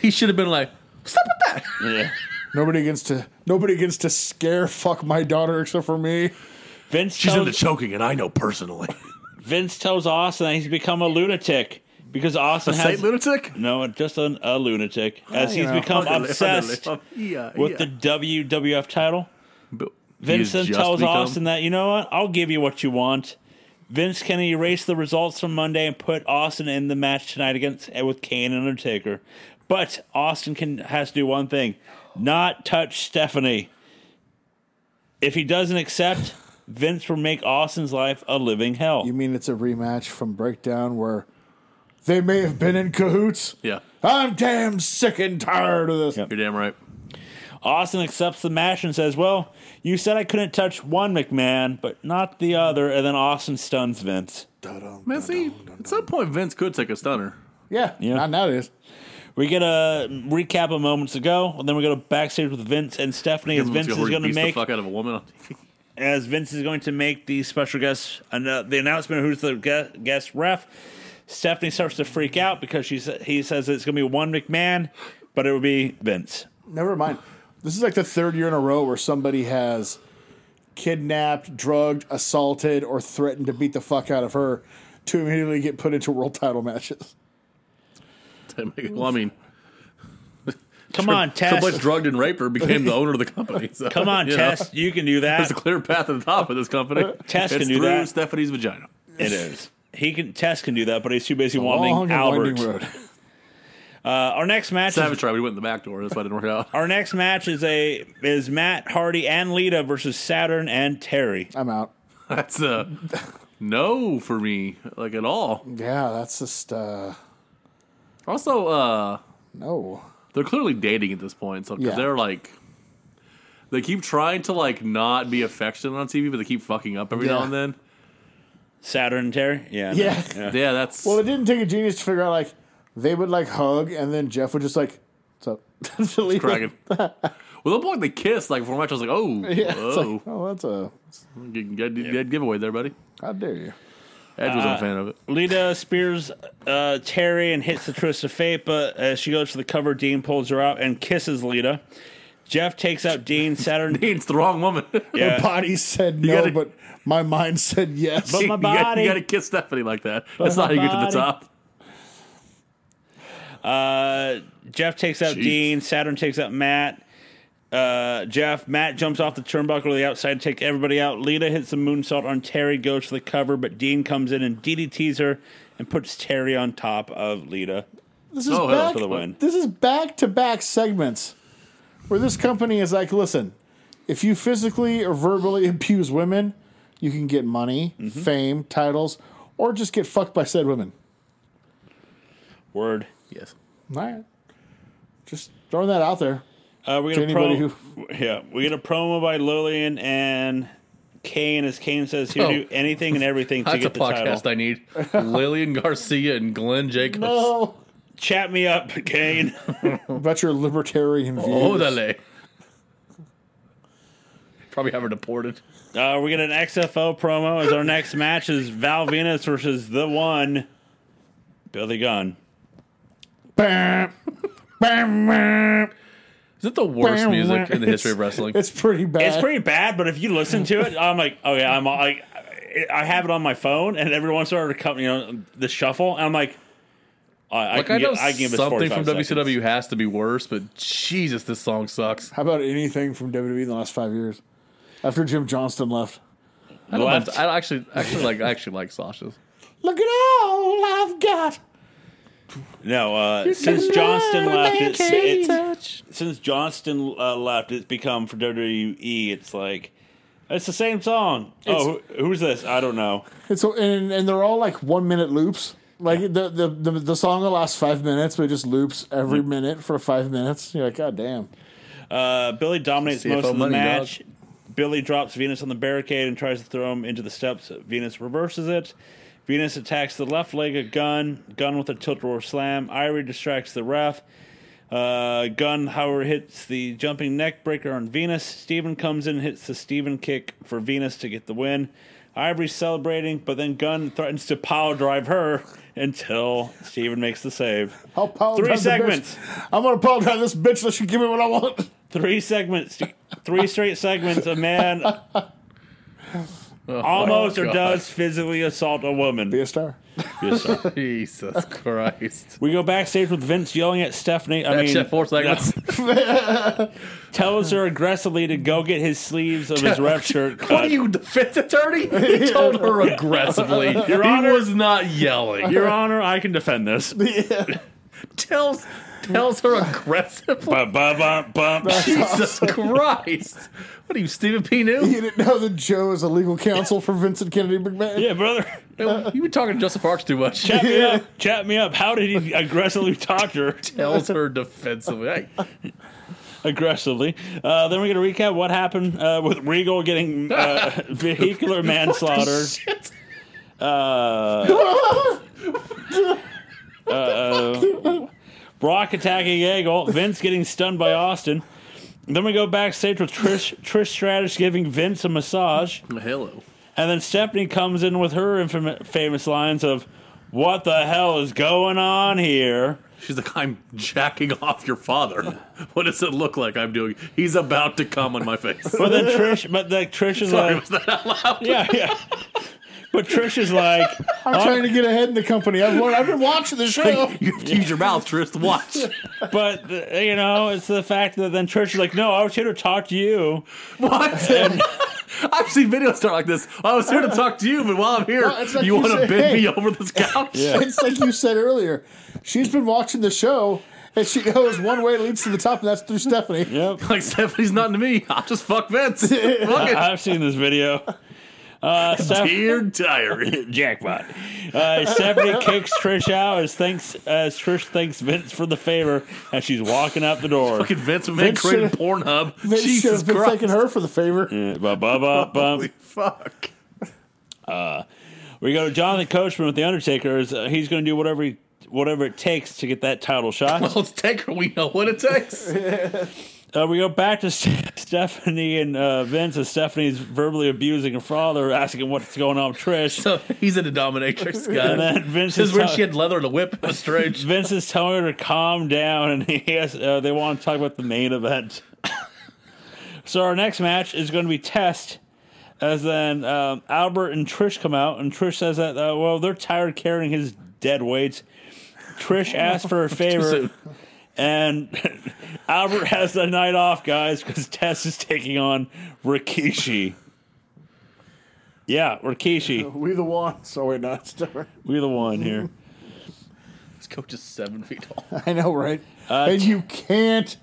He should have been like, stop with that. Yeah. Nobody against to nobody against to scare fuck my daughter except for me. Vince tells, choking, and I know personally. Vince tells Austin that he's become a lunatic because Austin has lunatic? no, just an, a lunatic as he's become obsessed with the WWF title. the. Vincent tells Austin that, you know what? I'll give you what you want. Vince can erase the results from Monday and put Austin in the match tonight against and with Kane and Undertaker. But Austin can has to do one thing. Not touch Stephanie. If he doesn't accept, Vince will make Austin's life a living hell. You mean it's a rematch from Breakdown where they may have been in cahoots? Yeah, I'm damn sick and tired of this. you're damn right. Austin accepts the match and says, Well, you said I couldn't touch one McMahon, but not the other, and then Austin stuns Vince. Man, see, at some point, Vince could take a stunner. Yeah, Yeah. not nowadays. We get a recap of moments ago, and then we go to backstage with Vince and Stephanie as Vince Vince is where he going to beats make the fuck out of a woman. as Vince is going to make the special guest an- uh, the announcement of who's the gue- guest ref. Stephanie starts to freak out because she sa- he says it's going to be one McMahon, but it will be Vince. Never mind. This is like the third year in a row where somebody has kidnapped, drugged, assaulted, or threatened to beat the fuck out of her to immediately get put into world title matches. well, I mean, Come on, Triple H Tess. drugged and raped her, became the owner of the company. so, Come on, you know, Tess. You can do There's that. a clear path to the top of this company. Tess it's can do through that. Stephanie's vagina. It is. He can Tess can do that, but he's too busy Long wanting and Albert. winding road. Uh, our next match is Savage tried. We went in the back door. That's why it didn't work out. Our next match is a is Matt Hardy and Lita versus Saturn and Terry. I'm out. That's a no for me, like at all. Yeah, that's just uh Also, uh, no. they're clearly dating at this point, so 'cause Yeah. they're like, they keep trying to like not be affectionate on TV, but they keep fucking up every Yeah. now and then. Saturn and Terry. Yeah. no, Yeah. Yeah, that's Well, it didn't take a genius to figure out like they would like hug, and then Jeff would just like, "What's up?" Just leave it. cracking. well, the point they kissed like before match, I was like, oh, Yeah, it's whoa, like, oh, that's a good, good- good giveaway there, buddy. how dare you? Edge Uh, wasn't a fan of it. Lita spears uh, Terry and hits the twist of fate, but as she goes for the cover, Dean pulls her out and kisses Lita. Jeff takes out Dean. Saturn. It's the wrong woman. yeah. My body said no, gotta- but my mind said yes. But my you, gotta, body. you gotta kiss Stephanie like that. That's not my how you get to the body. top. Uh, Jeff takes out Jeez. Dean. Saturn takes out Matt. Uh, Jeff, Matt jumps off the turnbuckle to the outside to take everybody out. Lita hits the moonsault on Terry, goes for the cover, but Dean comes in and DDTs her and puts Terry on top of Lita. this is Oh, hell, back. for the win. This is back to back segments where this company is like, listen, if you physically or verbally abuse women, you can get money, Mm-hmm. fame, titles, or just get fucked by said women. Word. Yes. All right, just throwing that out there. Uh, we To get a anybody promo. Yeah, we get a promo by Lillian and Kane. As Kane says, "Here, Oh. do anything and everything to That's a get the title." podcast I need. Lillian Garcia and Glenn Jacobs. No, Chat me up, Kane. about your libertarian views. Orderly. Probably have her deported. Uh, we get an XFO promo as our next match is Val Venus versus the one, Billy Gunn. Bam, bam, bam. Is it the worst Bam, music in the history it's- of wrestling? It's pretty bad. It's pretty bad, but if you listen to it, I'm like, okay, I'm like, I have it on my phone, and every once in a while, it'll come, you know, the shuffle, and I'm like, I, Like I, I can know give, I can give this something from 45 seconds. WCW has to be worse, but Jesus, this song sucks. How about anything from WWE in the last five years? After Jim Johnston left, I, don't Left. mind- I actually, actually like, I actually like Sasha's. look at all I've got. No, uh, since can Johnston never left, it's, make it it's since Johnston uh, left, it's become for WWE. It's like it's the same song. oh, who, who's this? I don't know. And so, and, and they're all like one minute loops. Like the, the the the song will last five minutes, but it just loops every minute for five minutes. You're like, God damn. Uh, Billy dominates CFO most of the money, match. Billy drops Venus on the barricade and tries to throw him into the steps. Venus reverses it. Venus attacks the left leg of Gun. Gun with a tilt roll slam. Irie distracts the ref. Uh, Gun, however, hits the jumping neck breaker on Venus. Steven comes in, hits the Steven kick for Venus to get the win. Ivory's celebrating, but then Gun threatens to power drive her until Steven makes the save. I'll power Three drive the bitch. segments. I'm gonna power drive this bitch. Let she give me what I want. three segments, three straight segments, a man almost Oh, or God. does physically assault a Be woman. a star. Yes, sir. Jesus Christ. we go backstage with Vince yelling at Stephanie. I That mean, shit, four segments. tells her aggressively to go get his sleeves of his ref shirt What are cut. you, defense attorney? He told her aggressively. Your he Honor- was not yelling. Your Honor, I can defend this. tells tells her aggressively. Ba, ba, ba, ba. Jesus Christ! What are you, Stephen P. New? You didn't know that Joe is a legal counsel for Vincent Kennedy McMahon. Yeah, brother. You've been talking to Justin Parks too much. Chat me up. Chat me up. How did he aggressively talk to her? tells her defensively. Hey, Aggressively. Uh, then we're going to recap what happened uh, with Regal getting uh, vehicular manslaughter. shit. Brock attacking Angle, Vince getting stunned by Austin. Then we go backstage with Trish, Trish Stratus giving Vince a massage, Hello. and then Stephanie comes in with her infam- famous lines of "What the hell is going on here?" She's like, I'm jacking off your father. What does it look like I'm doing? He's about to come on my face. But then Trish, but then Trish is Sorry, like, was that out loud? "Yeah, yeah." But Trish is like, I'm trying to get ahead in the company. I've learned. I've been watching the show. Like, you have to use your mouth, Trish. to Watch. but you know, it's the fact that then Trish is like, "No, I was here to talk to you." What? I've seen videos start like this. I was here to talk to you, but while I'm here, Well, it's like you you want to said, bend hey. me over this couch? It's like you said earlier. She's been watching the show, and she knows one way leads to the top, and that's through Stephanie. Yep. Like Stephanie's not into me. I'll just fuck Vince. Fuck it. I've seen this video. Uh, Steph- Dear diary. jackpot. Uh, Stephanie kicks Trish out as thanks as Trish thanks Vince for the favor as she's walking out the door. Fucking Vince man Vince created should've- Pornhub. Vince should Jesus have been Christ. thanking her for the favor. Yeah, bum, bum, bum, bum. Holy fuck. We go to Jonathan Coachman with the Undertaker. Is, uh, he's going to do whatever he, whatever it takes to get that title shot. Well, it's Taker. We know what it takes. Uh, we go back to Ste- Stephanie and uh, Vince as Stephanie's verbally abusing her father, asking what's going on with Trish. so he's in a dominatrix And guy. then Vince This is is when tell- she had leather and a whip. It was strange. Vince is telling her to calm down, and he has, uh, they want to talk about the main event. so our next match is going to be Test, as then um, Albert and Trish come out, and Trish says that uh, well they're tired carrying his dead weights. Trish asks for a favor, soon. and Albert has the night off, guys, because Tess is taking on Rikishi. Yeah, Rikishi, We the ones. So we're not. we the one here. This coach is seven feet tall. I know, right? and you can't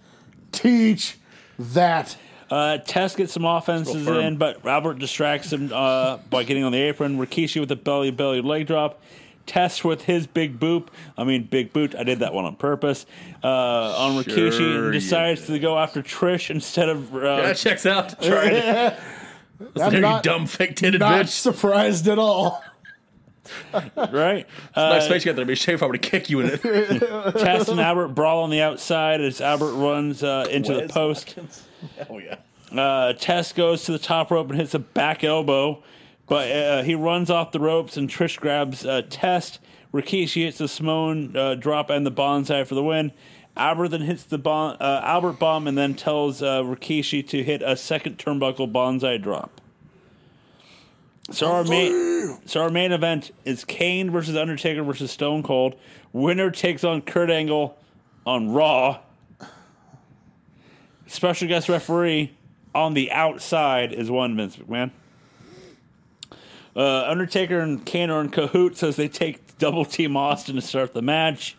teach that. Uh, Tess gets some offenses Real firm. in, but Robert distracts him uh, by getting on the apron. Rikishi with a belly belly leg drop. Tess with his big boop. I mean, big boot. I did that one on purpose. Uh, on Rikishi and Sure you decides to go after Trish instead of. Uh, That checks out. Trying to I'm there, not, you dumb fake titted not bitch. surprised at all. Right? Uh, Next space you got there to be shaved. I would kick you in it. Tess and Albert brawl on the outside as Albert runs uh, into the Wes post. Watkins. Oh yeah. Uh, Tess goes to the top rope and hits a back elbow, but uh, he runs off the ropes and Trish grabs uh, Tess. Rikishi hits the Simone uh, drop and the bonsai for the win. Albert then hits the bon- uh, Albert bomb and then tells uh, Rikishi to hit a second turnbuckle bonsai drop. So our main, so our main event is Kane versus Undertaker versus Stone Cold. Winner takes on Kurt Angle on Raw. Special guest referee on the outside is one Vince McMahon. Uh, Undertaker and Kane are in cahoots as they take double team Austin to start the match.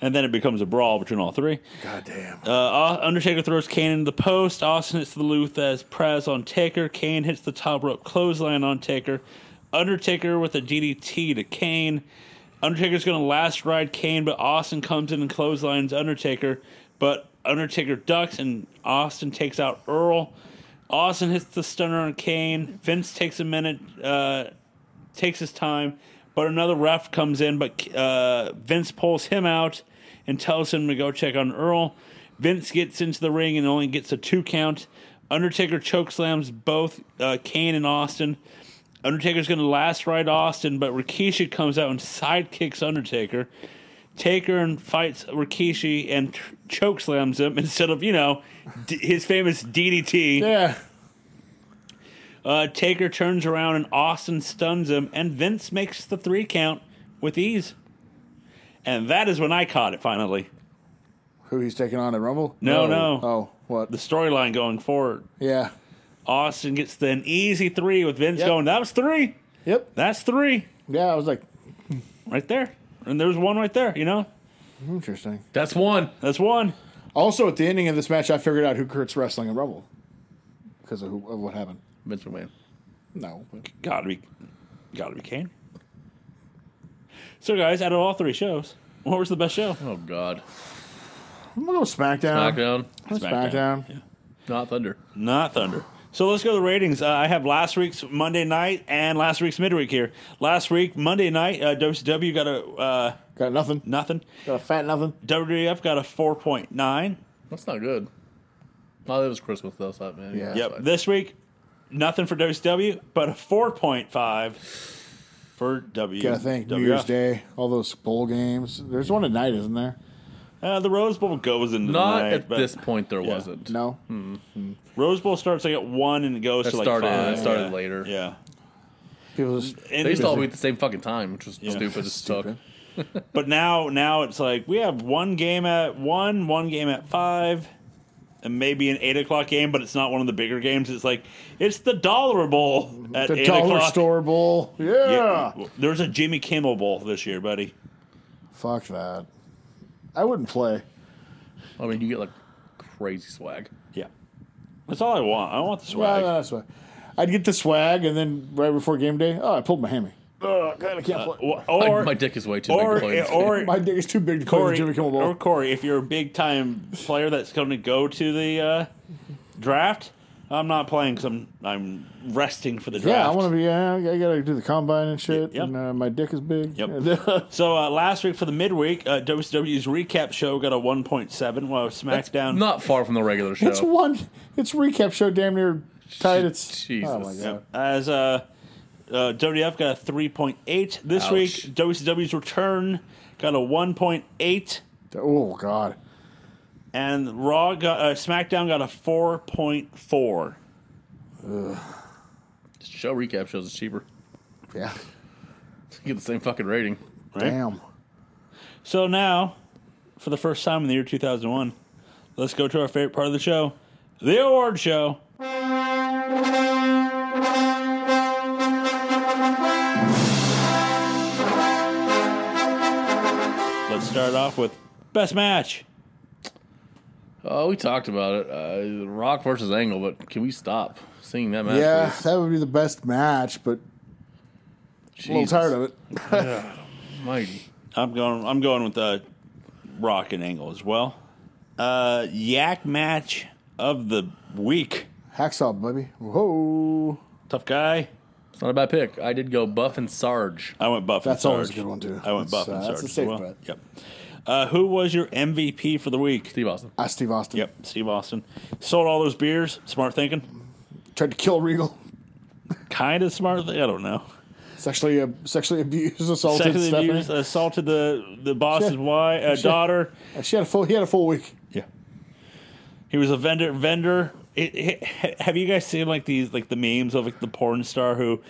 And then it becomes a brawl between all three. God damn. Uh, Undertaker throws Kane into the post. Austin hits the Luthes Prez on Taker. Kane hits the top rope clothesline on Taker. Undertaker with a DDT to Kane. Undertaker's going to last ride Kane, but Austin comes in and clotheslines Undertaker. But Undertaker ducks and Austin takes out Earl. Austin hits the stunner on Kane. Vince takes a minute, uh, takes his time, but another ref comes in. But uh, Vince pulls him out and tells him to go check on Earl. Vince gets into the ring and only gets a two count. Undertaker chokeslams both uh, Kane and Austin. Undertaker's going to last ride Austin, but Rikishi comes out and sidekicks Undertaker. Taker and fights Rikishi and t- chokeslams him instead of, you know, d- his famous DDT. Yeah. Uh, Taker turns around and Austin stuns him, and Vince makes the three count with ease. And that is when I caught it finally. Who he's taking on in Rumble? No, no. Oh, what? The storyline going forward. Yeah. Austin gets the, an easy three with Vince Yep. going, that was three. Yep. That's three. Yeah, I was like, Right there. And there's one right there, you know? hmm, interesting. That's one. That's one. Also, at the ending of this match, I figured out who Kurt's wrestling in Rumble because of, who, of what happened. Vince McMahon. No. but- Gotta be, gotta be Kane. So, guys, out of all three shows, what was the best show? Oh God. I'm going to go SmackDown. Knockdown. SmackDown. Not Thunder. Not Thunder. So let's go to the ratings. Uh, I have last week's Monday night and last week's midweek here. Last week, Monday night, uh, WCW got a uh, Got nothing. nothing. Got a fat nothing. WWF got a 4.9. That's not good. Oh, that was Christmas though, so that man. Yep. Yeah. that's fine. This week, nothing for WCW, but a 4.5 for WWF. Gotta think New Year's Day, all those bowl games. There's one at night, isn't there? Uh, the Rose Bowl goes into Not the night, at but this point there wasn't. No. Hmm. Rose Bowl starts like at 1 and it goes That to like started- 5. that started Yeah. later. Yeah. People just And- They used to all be at the same fucking time, which was stupid as stupid. stupid. But now, now it's like we have one game at one, one game at five, It may be an eight o'clock game, but it's not one of the bigger games. It's like it's the Dollar Bowl at The eight dollar o'clock. store bowl. Yeah. Yeah, well, there's a Jimmy Kimmel Bowl this year, buddy. Fuck that. I wouldn't play. I mean, you get like crazy swag. Yeah, that's all I want. I want the swag. No, no, that's fine. I'd get the swag, and then right before game day, oh, I pulled my hammy. Oh, God, I can't play. Or, Like, Uh, or, my dick is way too big to play or, this game. or My dick is too big to play Corey, the Jimmy Kimmel or Bowl. Corey, if you're a big time player that's going to go to the uh, draft, I'm not playing because I'm I'm resting for the draft. Yeah, I want to be. Uh, I gotta do the combine and shit. Yep. And uh, my dick is big. Yep. so uh, last week for the midweek, uh, WCW's recap show got a 1.7, while SmackDown Not far from the regular show. it's one. It's recap show. Damn near tied. It's Jesus. Oh my god. as uh, uh, WWF got a 3.8 this Ouch. week. WCW's return got a 1.8, Oh god. and Raw got uh, SmackDown got a 4.4. Show recap shows is cheaper. Yeah. You get the same fucking rating. Right? Damn. So now, for the first time in the year 2001, let's go to our favorite part of the show, the award show. Let's start off with best match. Oh, we talked about it. Uh, Rock versus Angle, but can we stop seeing that match? Yeah, please? that would be the best match, but I'm a little Jesus. tired of it. Mighty. I'm going. I'm going with uh, Rock and Angle as well. Uh, yak match of the week. Hacksaw, baby. Whoa. Tough guy. It's not a bad pick. I did go Buff and Sarge. I went Buff. and That's always a Sarge. good one, too. I went That's, Buff. and uh, Sarge that's a as safe well. bet. Yep. Uh, who was your MVP for the week? Steve Austin. Ah, Steve Austin. Yep, Steve Austin sold all those beers. Smart thinking. Tried to kill Regal. Kind of smart. Thi- I don't know. Sexually, ab- sexually abused, assaulted Sexually Stephanie. abused, assaulted uh, the the boss's Shit. wife, uh, daughter. Uh, She had a full. He had a full week. Yeah. He was a vendor. Vendor. It, it, ha- have you guys seen like these like the memes of like the porn star who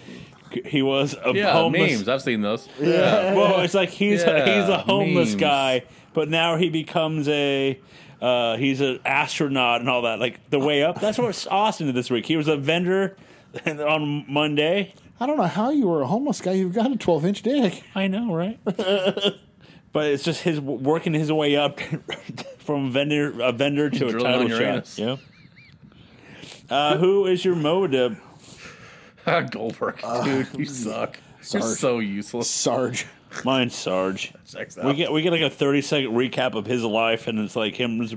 he was a Yeah, homeless? memes. I've seen those. Well, it's like he's a, Yeah, he's a homeless memes. guy, but now he becomes a uh, he's an astronaut and all that. Like the way up. That's what Austin did this week. He was a vendor on Monday. I don't know how you were a homeless guy. You've got a 12 inch dick. I know, right? but it's just his working his way up from vendor a vendor to a Drilling title on your shot. anus. Yeah. Uh, who is your moda? Goldberg, dude, you suck. You're Uh, Sarge. so useless. Sarge. Mine's Sarge. Checks We out. get we get like a thirty second recap of his life, and it's like him just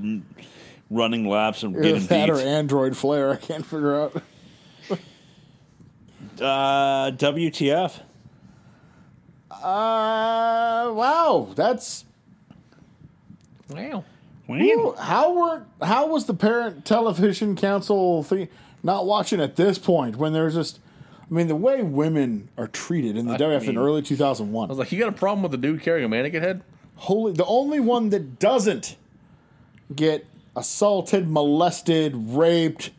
running laps and Either getting that or beat. Android Flare. I can't figure out. Uh, WTF? Uh, wow. That's wow. Wow. how were how was the parent television council thing not watching at this point when there's just I mean the way women are treated in the WF in mean- early I 2001. was like, you got a problem with the dude carrying a mannequin head? Holy the only one that doesn't get assaulted, molested, raped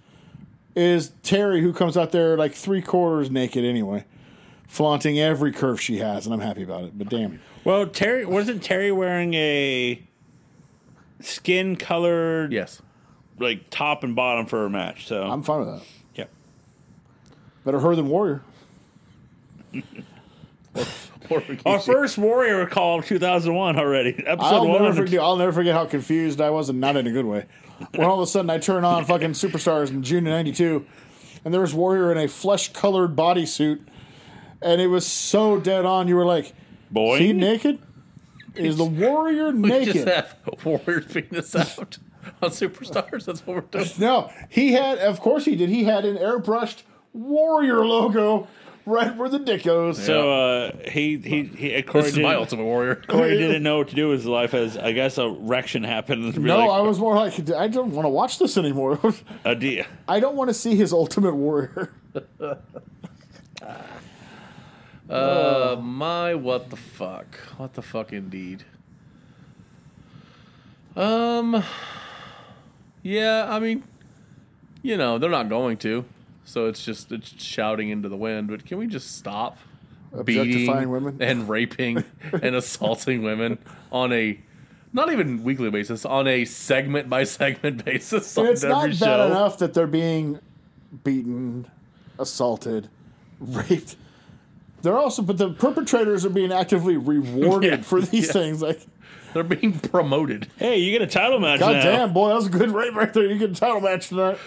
is Terry who comes out there like 3 quarters naked anyway, flaunting every curve she has and I'm happy about it. But damn. Well, Terry wasn't Terry wearing a skin colored Yes. like top and bottom for her match. So I'm fine with that. yeah. Better her than Warrior. Poor Our Rikishi. first Warrior call of 2001 already. Episode I'll never, one. forget, I'll never forget how confused I was, and not in a good way. When all of a sudden I turn on fucking Superstars in June of '92, and there was Warrior in a flesh-colored bodysuit, and it was so dead on. You were like, "Is he Boy, naked? Is the Warrior We just naked?" have Warrior penis out on Superstars. That's what we're doing. No, he had. Of course he did. He had an airbrushed Warrior logo right where the dick goes. so uh, he he he. According This is my to Ultimate Warrior. Corey didn't know what to do with his life as I guess a rection happened. And be no, like, I was more like, I don't want to watch this anymore. a D- I don't want to see his Ultimate Warrior. Uh, Oh. my what the fuck? What the fuck indeed? Um, yeah, I mean, you know, they're not going to, so it's just it's shouting into the wind. But can we just stop beating Objectifying women? and raping and assaulting women on a not even weekly basis, on a segment by segment basis. On And it's not every bad show. enough that they're being beaten, assaulted, raped. They're also, but the perpetrators are being actively rewarded Yeah, for these things. Like, They're being promoted. Hey, you get a title match god now. damn, boy, that was a good rape right there. You get a title match tonight.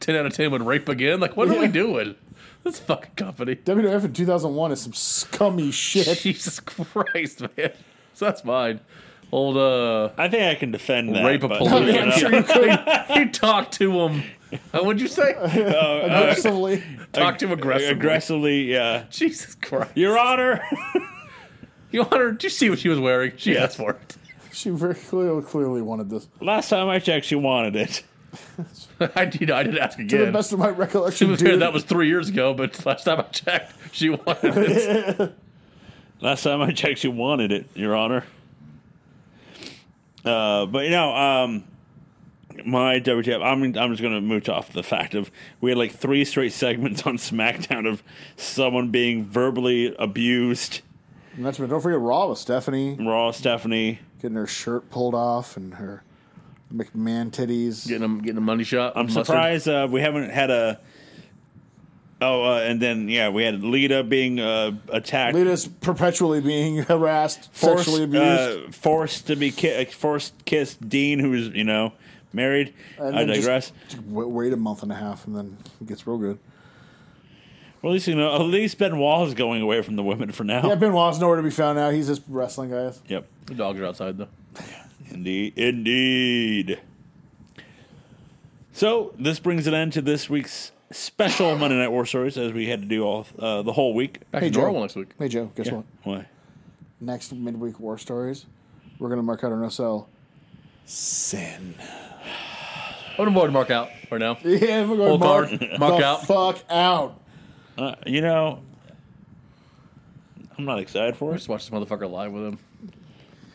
Ten out of ten would rape again. Like what are Yeah. we doing? This fucking company. WWF in 2001 is some scummy shit. Jesus Christ, man. So that's mine. Old uh I think I can defend that. rape a but- police. Oh, I'm sure you he talked to him. Uh, what'd you say? Aggressively. Talk to him aggressively. Aggressively, yeah. Jesus Christ. Your Honor. Your Honor, did you see what she was wearing? She asked for it. She very clearly, clearly wanted this. Last time I checked, she wanted it. I did. I did ask To again. the best of my recollection, To be fair, dude, that was three years ago, but last time I checked, she wanted it. Last time I checked, she wanted it, Your Honor. Uh, but you know, um, my WTF. I'm I'm just gonna mooch off the fact of we had like three straight segments on SmackDown of someone being verbally abused. And that's been, don't forget Raw with Stephanie Raw Stephanie. getting her shirt pulled off and her McMahon titties. Getting a, getting a money shot. I'm surprised uh, we haven't had a. Oh, uh, and then yeah, we had Lita being uh, attacked, Lita's perpetually being harassed, forced, sexually abused. uh, forced to be ki- forced kiss Dean, who's you know married. And I then just- digress. just wa- wait a month and a half, and then it gets real good. Well, at least you know, at least Benoit is going away from the women for now. Yeah, Benoit's nowhere to be found now. He's just wrestling guys. Yep. The dogs are outside, though. Indeed. Indeed. So this brings an end to this week's special Monday Night War Stories, as we had to do all uh, the whole week. Back Hey, to Joe. normal next week. Hey Joe, guess Yeah. what? Why? Next midweek war stories, we're gonna mark out our no sell. Sin. I'm going to mark out for now. Yeah, we're going to Full mark, card. Mark the out. fuck out. Uh, you know, I'm not excited for it. Just watch this motherfucker live with him.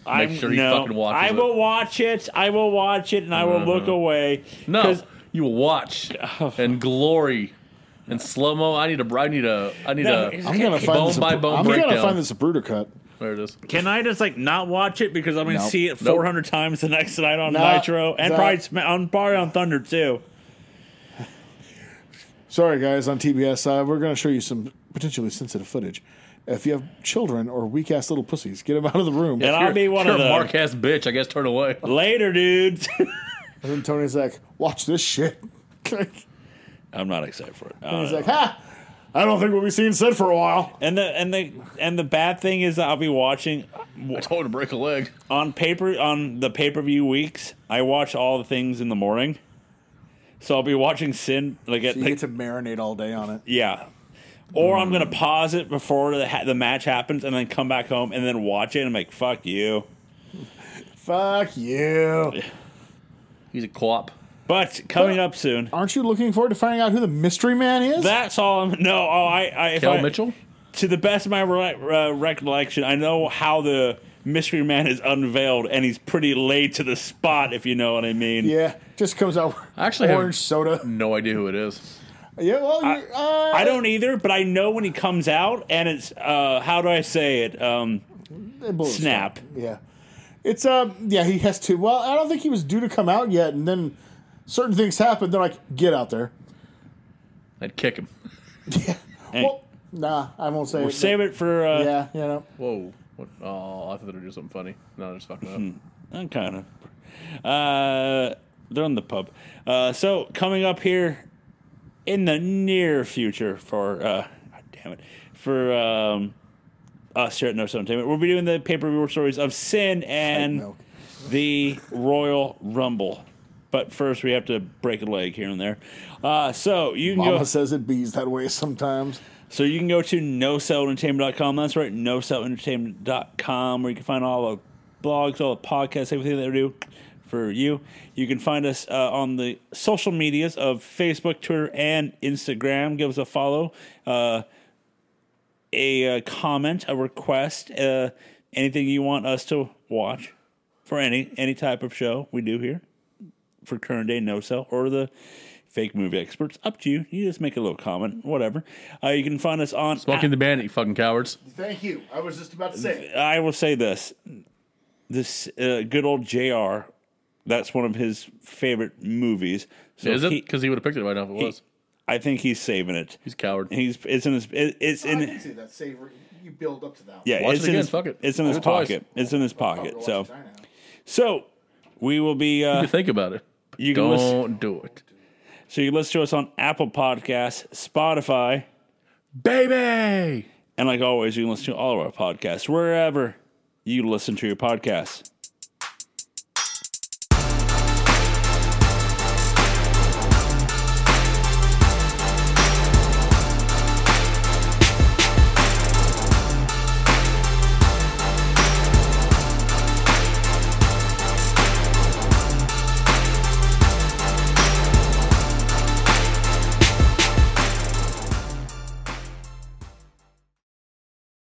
I'm, sure he no, fucking watches I it. will watch it. I will watch it, and I will look away. No, 'Cause- you will watch Oh. and glory and slow mo. I need a. br- I need a. I need No, a. it's- I'm gonna Bone find this. by a, bone I'm gonna breakdown. find this a Bruder cut. There it is. Can I just like not watch it because I'm gonna Nope. see it Nope. 400 times the next night on Nah, Nitro and that- probably Sma- on probably on Thunder too. Sorry, guys, on TBS, uh, we're going to show you some potentially sensitive footage. If you have children or weak ass little pussies, get them out of the room. And I'll be one You're of a them. mark ass bitch. I guess turn away. Later, dudes. And then Tony's like, watch this shit. and I'm not excited for it. he's like, ha! I don't think what we've seen said for a while. and the and the and the bad thing is that I'll be watching I told him to break a leg. on paper on the pay per view weeks. I watch all the things in the morning, so I'll be watching Sin like at You like, get to marinate all day on it. yeah. Or I'm gonna pause it before the ha- the match happens and then come back home and then watch it and I'm like fuck you. Fuck you. He's a co-op. But coming up soon. Aren't you looking forward to finding out who the mystery man is? That's all. I'm, no, oh, I, I, if Kel I- Mitchell. To the best of my re- uh, recollection, I know how the mystery man is unveiled, and he's pretty late to the spot, if you know what I mean. yeah, just comes out I actually have- orange soda. No idea who it is. Yeah, well, I, uh, I don't either, but I know when he comes out, and it's uh, how do I say it? Um, It blows. snap. Yeah. It's um yeah, he has to well, I don't think he was due to come out yet, and then certain things happened, they're like, get out there. I'd kick him. Hey. Well nah, I won't say it. Save it for uh, Yeah, you know. Whoa. What? Oh, I thought they were doing something funny. No, they're just fucking Hmm. up. I'm kind of. Uh, they're in the pub. Uh, so coming up here in the near future for uh, God damn it for um, us here at No Sound Entertainment, we'll be doing the pay per view stories of Sin and milk. the Royal Rumble. But first, we have to break a leg here and there. Uh, so you can Mama go. says it bees that way sometimes. So you can go to nocellentertainment.com. That's right, nocellentertainment.com, where you can find all the blogs, all the podcasts, everything that we do for you. You can find us uh, on the social medias of Facebook, Twitter, and Instagram. Give us a follow, uh, a uh, comment, a request, uh, anything you want us to watch for any any type of show we do here for current day no sell or the fake movie experts. Up to you. You just make a little comment, whatever. Uh, you can find us on. Smoking the bandit, you fucking cowards. Thank you. I was just about to say it. I will say this: this uh, good old JR. That's one of his favorite movies. So Is it? he- Because he, would have picked it right now if it was. I think he's saving it. He's a coward. He's it's in his it, it's I in can see that savory. You build up to that. one. yeah Watch it's it in again, his fuck it. it's in his Do it twice. pocket it's in his Probably pocket watch so it right now. so we will be uh, You think about it. you can listen, Don't do it. so you can listen to us on Apple Podcasts Spotify Baby! and like always you can listen to all of our podcasts wherever you listen to your podcasts